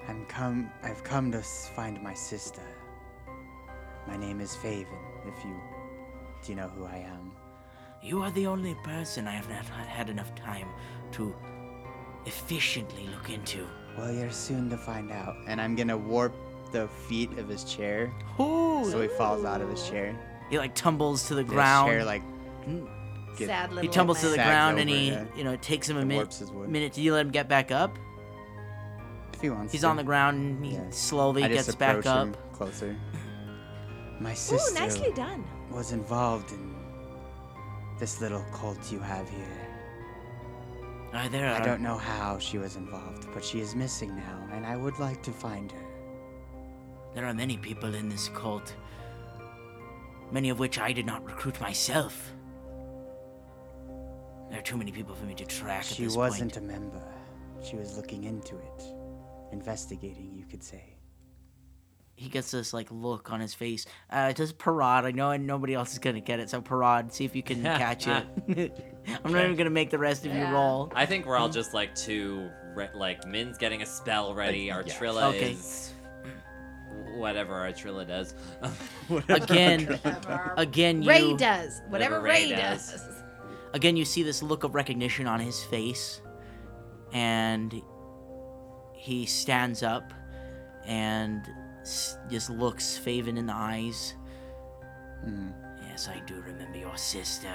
Speaker 4: I'm come I've come to s- find my sister. My name is Faven, if you do you know who I am.
Speaker 1: You are the only person I have not ha- had enough time to efficiently look into.
Speaker 4: Well you're soon to find out. And I'm gonna warp the feet of his chair
Speaker 1: Ooh!
Speaker 4: so he falls out of his chair.
Speaker 1: He like tumbles to the
Speaker 4: His
Speaker 1: ground. Hmm.
Speaker 4: chair like Get-
Speaker 6: Sad little
Speaker 1: he tumbles to the
Speaker 4: Sags
Speaker 1: ground and
Speaker 4: over,
Speaker 1: he,
Speaker 4: yeah.
Speaker 1: you know, it takes him a
Speaker 4: It
Speaker 1: minute.
Speaker 4: warps his wood.
Speaker 1: Minute. Do you let him get back up?
Speaker 4: if he wants
Speaker 1: He's
Speaker 4: to.
Speaker 1: on the ground and he
Speaker 4: Yeah.
Speaker 1: slowly
Speaker 4: I
Speaker 1: gets
Speaker 4: just
Speaker 1: back
Speaker 4: approach
Speaker 1: up.
Speaker 4: him closer. My
Speaker 6: Ooh,
Speaker 4: sister
Speaker 6: nicely done.
Speaker 4: was involved in this little cult you have here.
Speaker 1: Right Uh, there.
Speaker 4: I
Speaker 1: are-
Speaker 4: don't know how she was involved, but she is missing now, and I would like to find her.
Speaker 1: There are many people in this cult, many of which I did not recruit myself. There are too many people for me to track
Speaker 4: she
Speaker 1: at this
Speaker 4: wasn't
Speaker 1: point.
Speaker 4: a member. She was looking into it, investigating, you could say.
Speaker 1: He gets this like look on his face. Uh, does Parad? I know nobody else is gonna get it, so Parad, see if you can catch it. I'm not
Speaker 2: Okay.
Speaker 1: even gonna make the rest of you
Speaker 6: Yeah.
Speaker 1: roll.
Speaker 2: I think we're all just like two, re- like Min's getting a spell ready.
Speaker 7: Like, yeah.
Speaker 2: Artrilla
Speaker 1: Okay.
Speaker 2: is whatever Artrilla does.
Speaker 1: Again, again, you.
Speaker 6: Ray does.
Speaker 2: Whatever
Speaker 6: Whatever
Speaker 2: Ray
Speaker 6: Ray does.
Speaker 1: Again, you see this look of recognition on his face, and he stands up and s- just looks Faven in the eyes. Yes, I do remember your sister.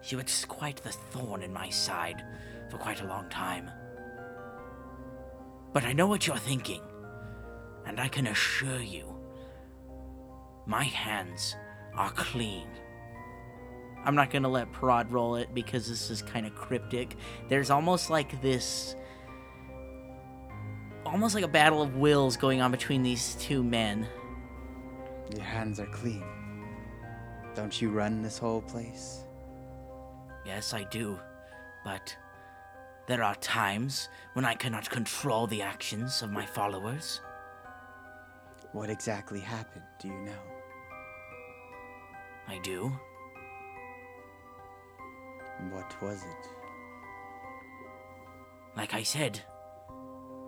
Speaker 1: She was quite the thorn in my side for quite a long time. But I know what you're thinking, and I can assure you, my hands are clean. I'm not gonna let Parad roll it because this is kind of cryptic. There's almost like this, almost like a battle of wills going on between these two men.
Speaker 4: Your hands are clean. Don't you run this whole place?
Speaker 1: Yes, I do, but there are times when I cannot control the actions of my followers.
Speaker 4: What exactly happened? Do you know?
Speaker 1: I do.
Speaker 4: What was it?
Speaker 1: Like I said,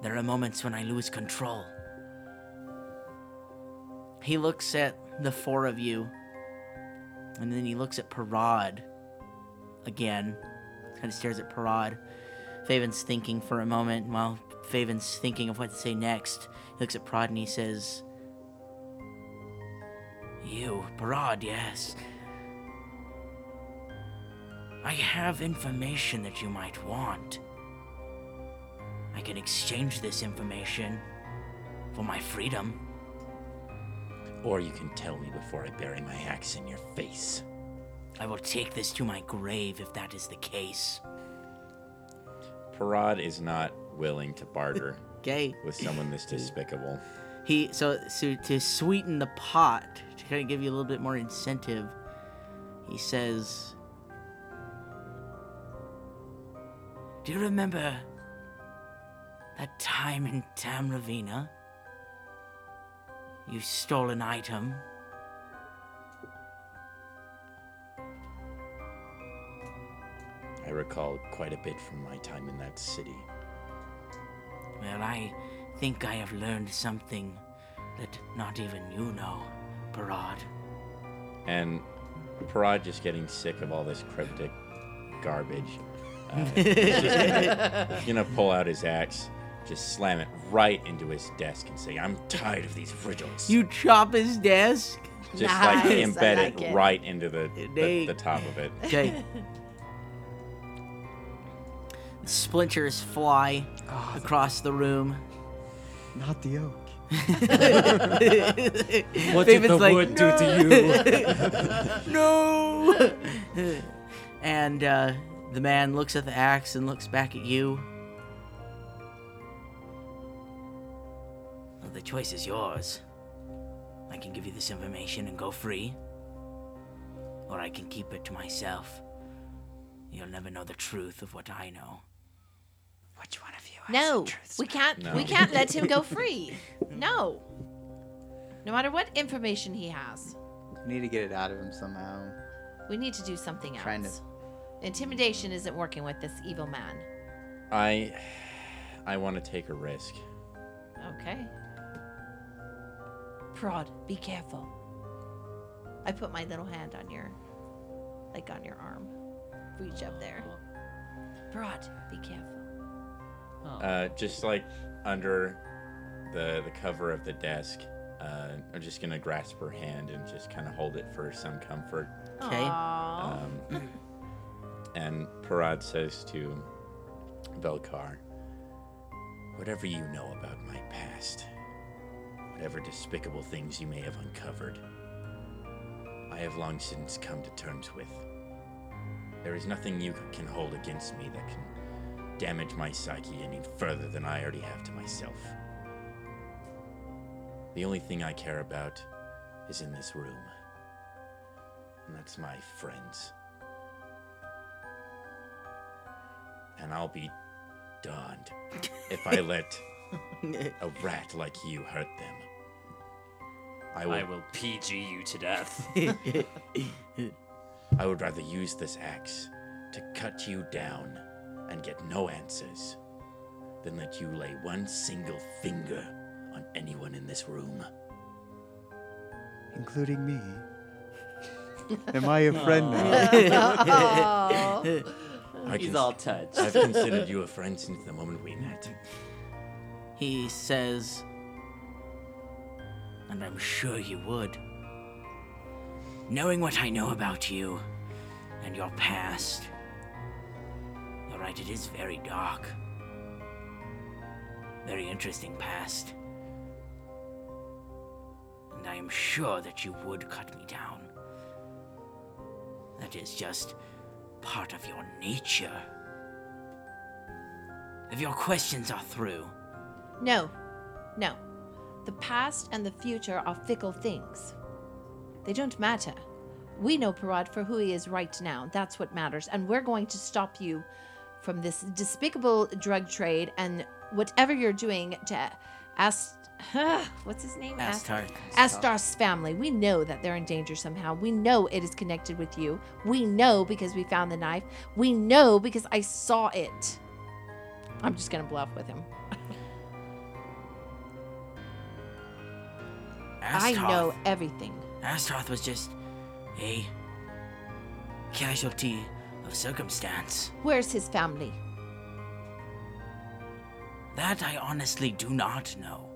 Speaker 1: there are moments when I lose control. He looks at the four of you, and then he looks at Parad again. Kind of stares at Parad. Faven's thinking for a moment while Faven's thinking of what to say next. He looks at Parad and he says, You, Parad, yes. I have information that you might want. I can exchange this information for my freedom.
Speaker 7: Hmm. Or you can tell me before I bury my axe in your face.
Speaker 1: I will take this to my grave if that is the case.
Speaker 7: Parad is not willing to barter
Speaker 1: Okay.
Speaker 7: with someone this despicable.
Speaker 1: He so so to sweeten the pot to kind of give you a little bit more incentive. He says, "Do you remember that time in Tamravina? You stole an item."
Speaker 7: I recall quite a bit from my time in that city.
Speaker 1: Well, I think I have learned something that not even you know, Parad.
Speaker 7: And Parad just getting sick of all this cryptic garbage. Uh, he's just gonna, he's gonna pull out his axe, just slam it right into his desk, and say, "I'm tired of these riddles."
Speaker 1: You chop his desk?
Speaker 7: just like
Speaker 6: Nice, I
Speaker 7: embed
Speaker 6: like
Speaker 7: it
Speaker 6: it.
Speaker 7: right into the, the
Speaker 1: They-
Speaker 7: the top of it.
Speaker 1: Okay.
Speaker 12: Splinters fly
Speaker 1: across Ah, the room.
Speaker 4: Not the oak.
Speaker 2: What
Speaker 1: David's like,
Speaker 2: do to you?
Speaker 1: no. and uh, the man looks at the axe and looks back at you. Well, the choice is yours. I can give you this information and go free, or I can keep it to myself. You'll never know the truth of what I know. Which one of you?
Speaker 6: No, we can't. We
Speaker 7: No.
Speaker 6: can't let him go free. No. No matter what information he has,
Speaker 4: Need to get it out of him somehow.
Speaker 6: we need to do something
Speaker 4: Trying to-
Speaker 6: else. Intimidation isn't working with this evil man.
Speaker 7: I I want to take a risk.
Speaker 6: Okay. Prod, be careful. I put my little hand on your, like on your arm. Reach up there. Prod, be careful. Oh.
Speaker 7: Uh, just like under the the cover of the desk, uh, I'm just gonna grasp her hand and just kind of hold it for some comfort.
Speaker 12: Okay.
Speaker 6: Aw.
Speaker 7: Um, and Parad says to Velkar, Whatever you know about my past, whatever despicable things you may have uncovered, I have long since come to terms with. There is nothing you can hold against me that can damage my psyche any further than I already have to myself. The only thing I care about is in this room, and that's my friends. and I'll be darned if I let a rat like you hurt them. I
Speaker 2: I
Speaker 7: would,
Speaker 2: will PG you to death.
Speaker 7: I would rather use this axe to cut you down and get no answers than let you lay one single finger on anyone in this room.
Speaker 4: Including me. Am I a friend now?
Speaker 6: Oh.
Speaker 7: I
Speaker 2: He's
Speaker 7: cons-
Speaker 2: all touched.
Speaker 7: I've considered you a friend since the moment we met.
Speaker 1: He says, and I'm sure you would. Knowing what I know about you and your past, you're right, it is very dark. Very interesting past. And I am sure that you would cut me down. That is just part of your nature. If your questions are through,
Speaker 6: No, no. The past and the future are fickle things. They don't matter. We know Parad for who he is right now. That's what matters. And we're going to stop you from this despicable drug trade and whatever you're doing to Ast. what's his name? Ast-
Speaker 1: Astark.
Speaker 6: Astar's family. We know that they're in danger somehow. We know it is connected with you. We know because we found the knife. We know because I saw it. I'm just going to bluff with him. I know everything.
Speaker 1: Astarth was just a casualty of circumstance.
Speaker 6: Where's his family?
Speaker 1: That I honestly do not know.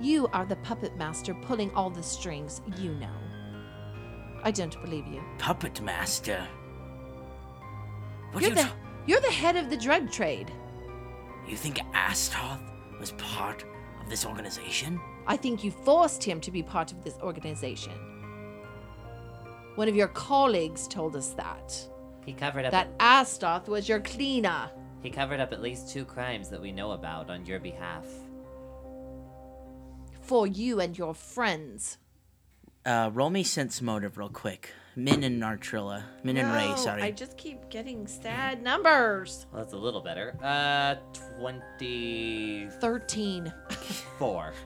Speaker 6: You are the puppet master pulling all the strings, you
Speaker 1: Mm.
Speaker 6: know. I don't believe you.
Speaker 1: Puppet Master. What
Speaker 6: you're,
Speaker 1: you
Speaker 6: the,
Speaker 1: ta-
Speaker 6: you're the head of the drug trade.
Speaker 1: you think Astarth was part of this organization?
Speaker 6: I think you forced him to be part of this organization. One of your colleagues told us that.
Speaker 2: He covered up.
Speaker 6: That Astoth was your cleaner.
Speaker 2: He covered up at least two crimes that we know about on your behalf.
Speaker 6: For you and your friends.
Speaker 1: Uh, roll me sense motive real quick. Min and Nartrilla. Min and Ray, sorry.
Speaker 6: I just keep getting sad numbers.
Speaker 2: Well, that's a little better. Uh, twenty-four.
Speaker 6: 13.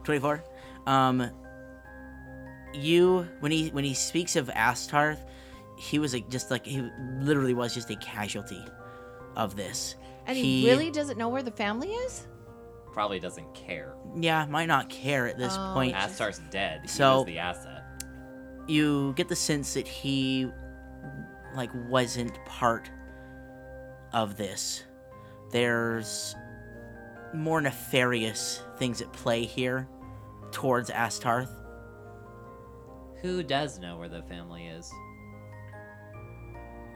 Speaker 1: 24 um you when he when he speaks of astarth he was like just like he literally was just a casualty of this.
Speaker 6: And he, really doesn't know where the family is?
Speaker 2: Probably doesn't care.
Speaker 1: yeah might not care at this
Speaker 6: Oh,
Speaker 1: point.
Speaker 6: yeah.
Speaker 2: Astar's dead. He
Speaker 1: So-
Speaker 2: was the asset.
Speaker 1: you get the sense that he like wasn't part of this there's more nefarious things at play here towards astarth
Speaker 2: Who does know where the family is?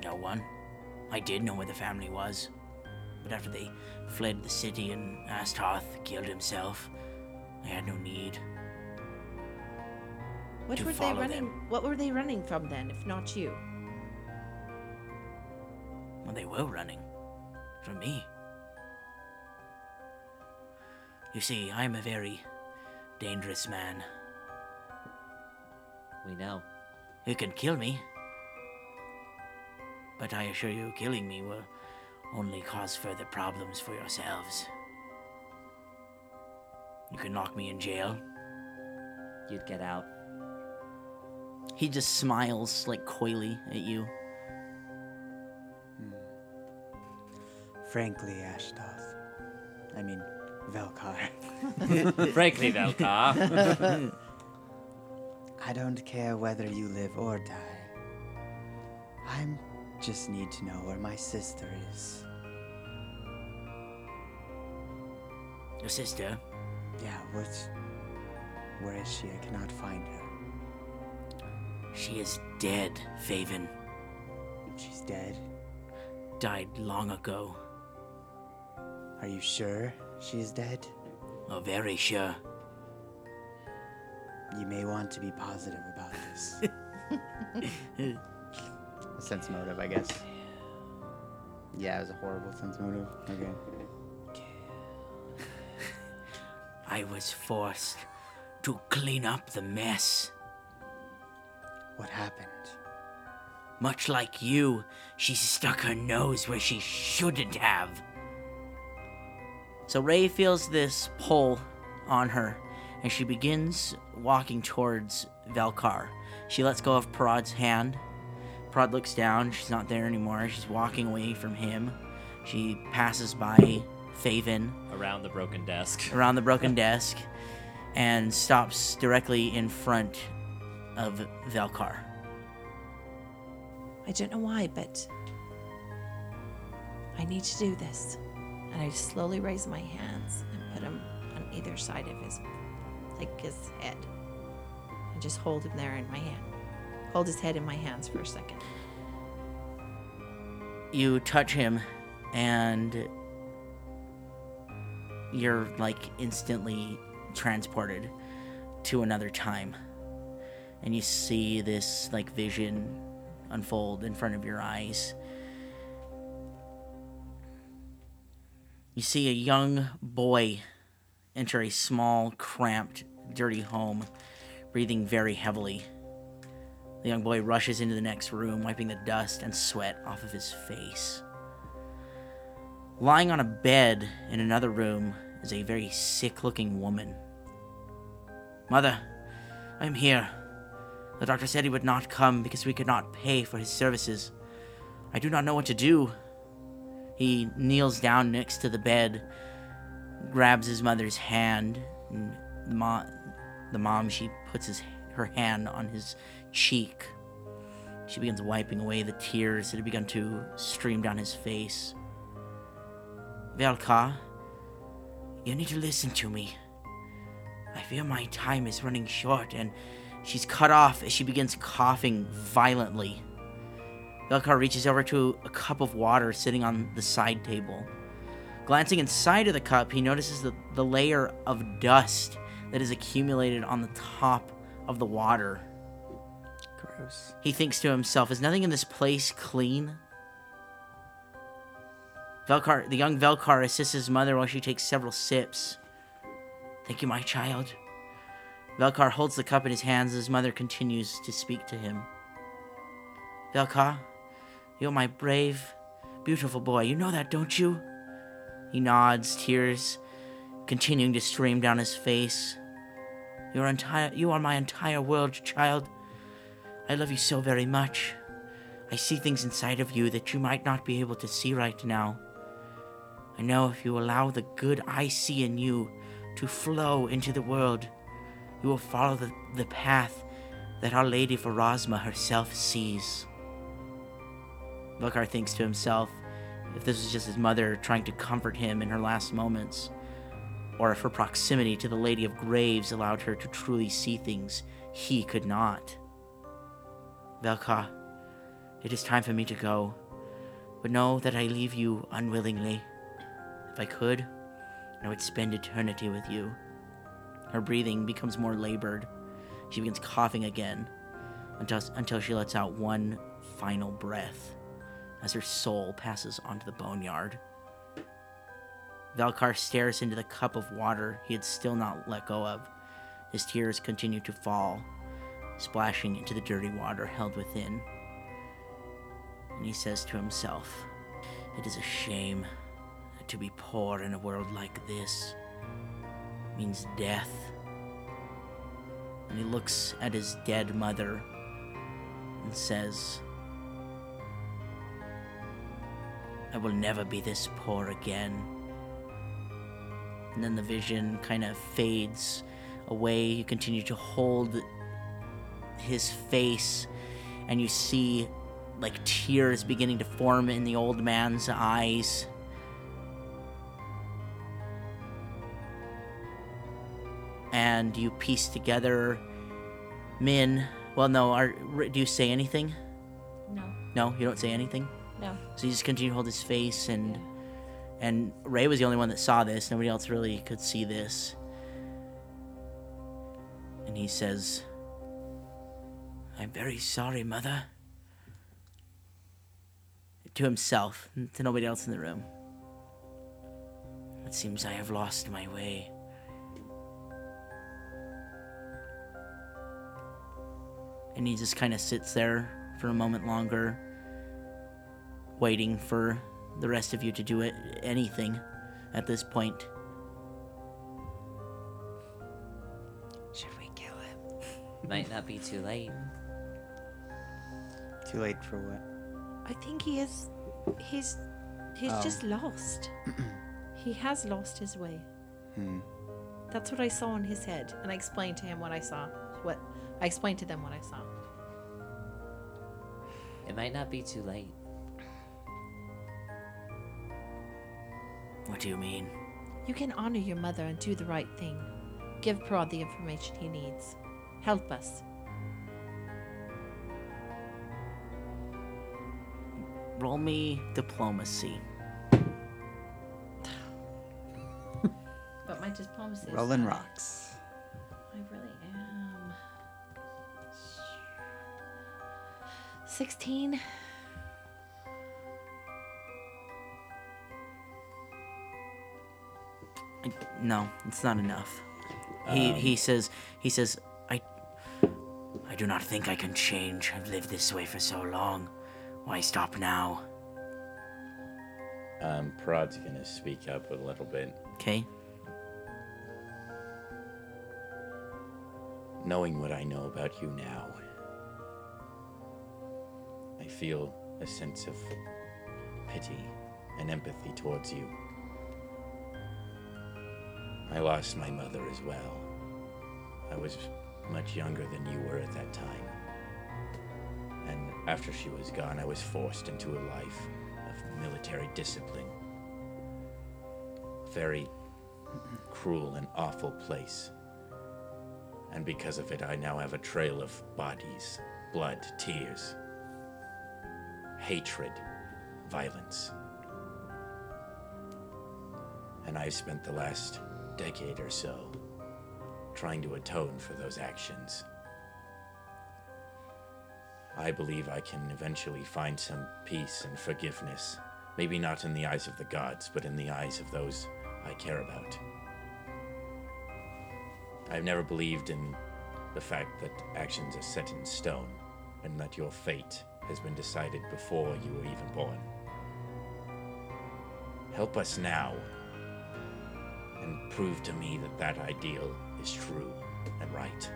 Speaker 5: No one. I did know where the family was. But after they fled the city and Astarth killed himself, I had no need.
Speaker 6: What
Speaker 5: To
Speaker 6: were they
Speaker 5: follow
Speaker 6: running what were they running from then, if not you?
Speaker 5: Well, they were running. From me. You see, I'm a very dangerous man.
Speaker 2: We know.
Speaker 5: It can kill me. But I assure you, killing me will only cause further problems for yourselves. You can lock me in jail,
Speaker 2: You'd get out.
Speaker 1: he just smiles like coyly at you
Speaker 13: Frankly, Ashtoth. I mean, Velkar.
Speaker 2: Frankly, Velka,
Speaker 13: I don't care whether you live or die. I am just need to know where my sister is.
Speaker 5: your sister,
Speaker 13: Yeah, what's. Where is she? I cannot find her.
Speaker 5: She is dead, Faven.
Speaker 13: She's dead.
Speaker 5: Died long ago.
Speaker 13: Are you sure she is dead?
Speaker 5: Oh, very sure.
Speaker 13: You may want to be positive about this.
Speaker 4: Sense motive, I guess. Yeah, it was a horrible sense motive. Okay.
Speaker 5: I was forced to clean up the mess.
Speaker 13: what happened?
Speaker 5: Much like you, she stuck her nose where she shouldn't have.
Speaker 1: so ray feels this pull on her and she begins walking towards velkar she lets go of parad's hand Prod looks down. She's not there anymore. She's walking away from him. She passes by Faven
Speaker 2: around the broken desk.
Speaker 1: around the broken desk and stops directly in front of Velkar.
Speaker 8: I don't know why, but
Speaker 6: I need to do this. And I slowly raise my hands and put them on either side of his, like his head. And just hold him there in my hand. Hold his head in my hands for a second.
Speaker 1: You touch him and you're like instantly transported to another time. And you see this like vision unfold in front of your eyes. You see a young boy enter a small, cramped, dirty home, breathing very heavily. The young boy rushes into the next room, wiping the dust and sweat off of his face. Lying on a bed in another room is a very sick looking woman. Mother, I'm here. The doctor said he would not come because we could not pay for his services. I do not know what to do. He kneels down next to the bed, grabs his mother's hand, and the, mo- the mom, she puts his, her hand on his cheek. She begins wiping away the tears that had begun to stream down his face. Velka, you need to listen to me. I fear my time is running short, and she's cut off as she begins coughing violently. Velkar reaches over to a cup of water sitting on the side table. Glancing inside of the cup, he notices the, the layer of dust that is accumulated on the top of the water.
Speaker 4: Gross.
Speaker 1: He thinks to himself, is nothing in this place clean? Velkar, the young Velkar assists his mother while she takes several sips. Thank you, my child. Velkar holds the cup in his hands as his mother continues to speak to him. Velkar, you're my brave, beautiful boy. You know that, don't you? He nods, tears continuing to stream down his face. Your entire, you are my entire world, child. I love you so very much. I see things inside of you that you might not be able to see right now. I know if you allow the good I see in you to flow into the world, you will follow the, the path that Our Lady Verosma herself sees. Vakar thinks to himself, if this was just his mother trying to comfort him in her last moments, or if her proximity to the Lady of Graves allowed her to truly see things he could not. Velka, it is time for me to go, but know that I leave you unwillingly. If I could, I would spend eternity with you. Her breathing becomes more labored. She begins coughing again until, until she lets out one final breath as her soul passes onto the boneyard. Valkar stares into the cup of water he had still not let go of. His tears continue to fall, splashing into the dirty water held within. And he says to himself, It is a shame that to be poor in a world like this means death. And he looks at his dead mother and says, I will never be this poor again. And then the vision kind of fades away. You continue to hold his face, and you see like tears beginning to form in the old man's eyes. And you piece together Min. Well, no, are, do you say anything?
Speaker 14: No,
Speaker 1: No, you don't say anything?
Speaker 14: no.
Speaker 1: So you just continue to hold his face, and and Ray was the only one that saw this. Nobody else really could see this. And he says, "I'm very sorry, mother." To himself, and to nobody else in the room. It seems I have lost my way. And he just kind of sits there for a moment longer waiting for the rest of you to do it, anything at this point.
Speaker 15: Should we kill him?
Speaker 16: Might not be too late.
Speaker 4: Too late for what?
Speaker 14: I think he is. He's. He's
Speaker 4: Oh.
Speaker 14: just lost. he has lost his way. That's what I saw in his head,
Speaker 6: And I explained to him what I saw. What I explained to them what I saw.
Speaker 16: It might not be too late.
Speaker 1: What do you mean?
Speaker 6: You can honor your mother and do the right thing. Give Prod the information he needs. Help us.
Speaker 1: Roll me diplomacy.
Speaker 6: But my diplomacy is
Speaker 4: Rolling
Speaker 6: high.
Speaker 4: rocks.
Speaker 6: I really am. 16.
Speaker 1: I- No, it's not enough. He he says he says I Um. I do not think I can change. I've lived this way for so long. Why stop now?
Speaker 7: Um, Prod's gonna speak up a little bit.
Speaker 1: Okay.
Speaker 7: Knowing what I know about you now, I feel a sense of pity and empathy towards you. I lost my mother as well. I was much younger than you were at that time. And after she was gone, I was forced into a life of military discipline. Very cruel and awful place and because of it, I now have a trail of bodies, blood, tears, hatred, violence. And I've spent the last decade or so trying to atone for those actions. I believe I can eventually find some peace and forgiveness. Maybe not in the eyes of the gods, but in the eyes of those I care about. I've never believed in the fact that actions are set in stone and that your fate has been decided before you were even born. Help us now and prove to me that that ideal is true and right.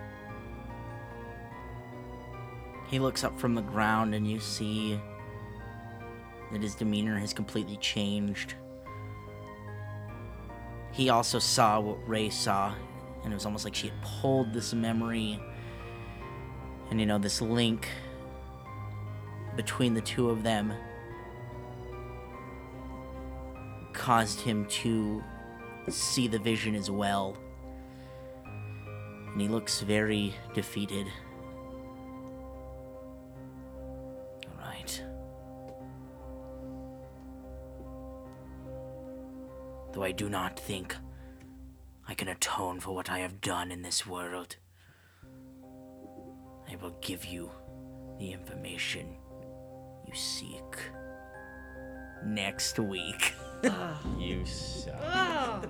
Speaker 1: He looks up from the ground and you see that his demeanor has completely changed. He also saw what Ray saw, and it was almost like she had pulled this memory and, you know, this link between the two of them caused him to see the vision as well. And he looks very defeated. All right.
Speaker 5: Though I do not think I can atone for what I have done in this world, I will give you the information you seek next week.
Speaker 7: You suck.
Speaker 6: Oh.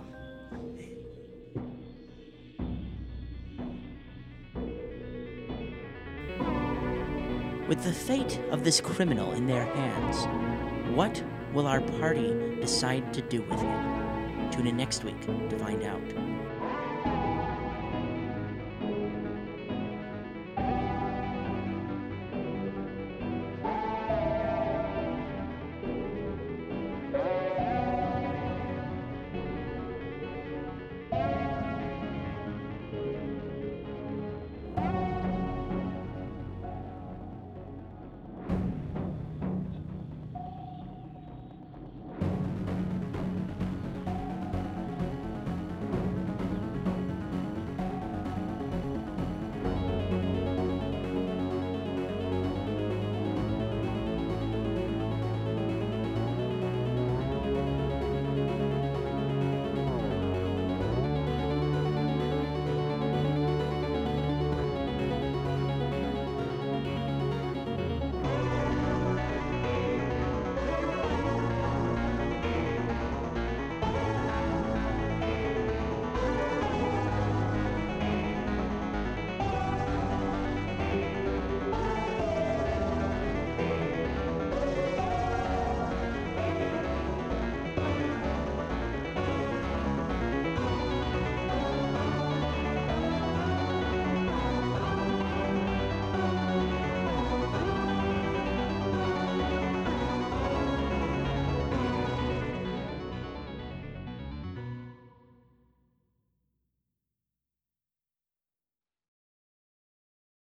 Speaker 1: With the fate of this criminal in their hands, what will our party decide to do with him? Tune in next week to find out.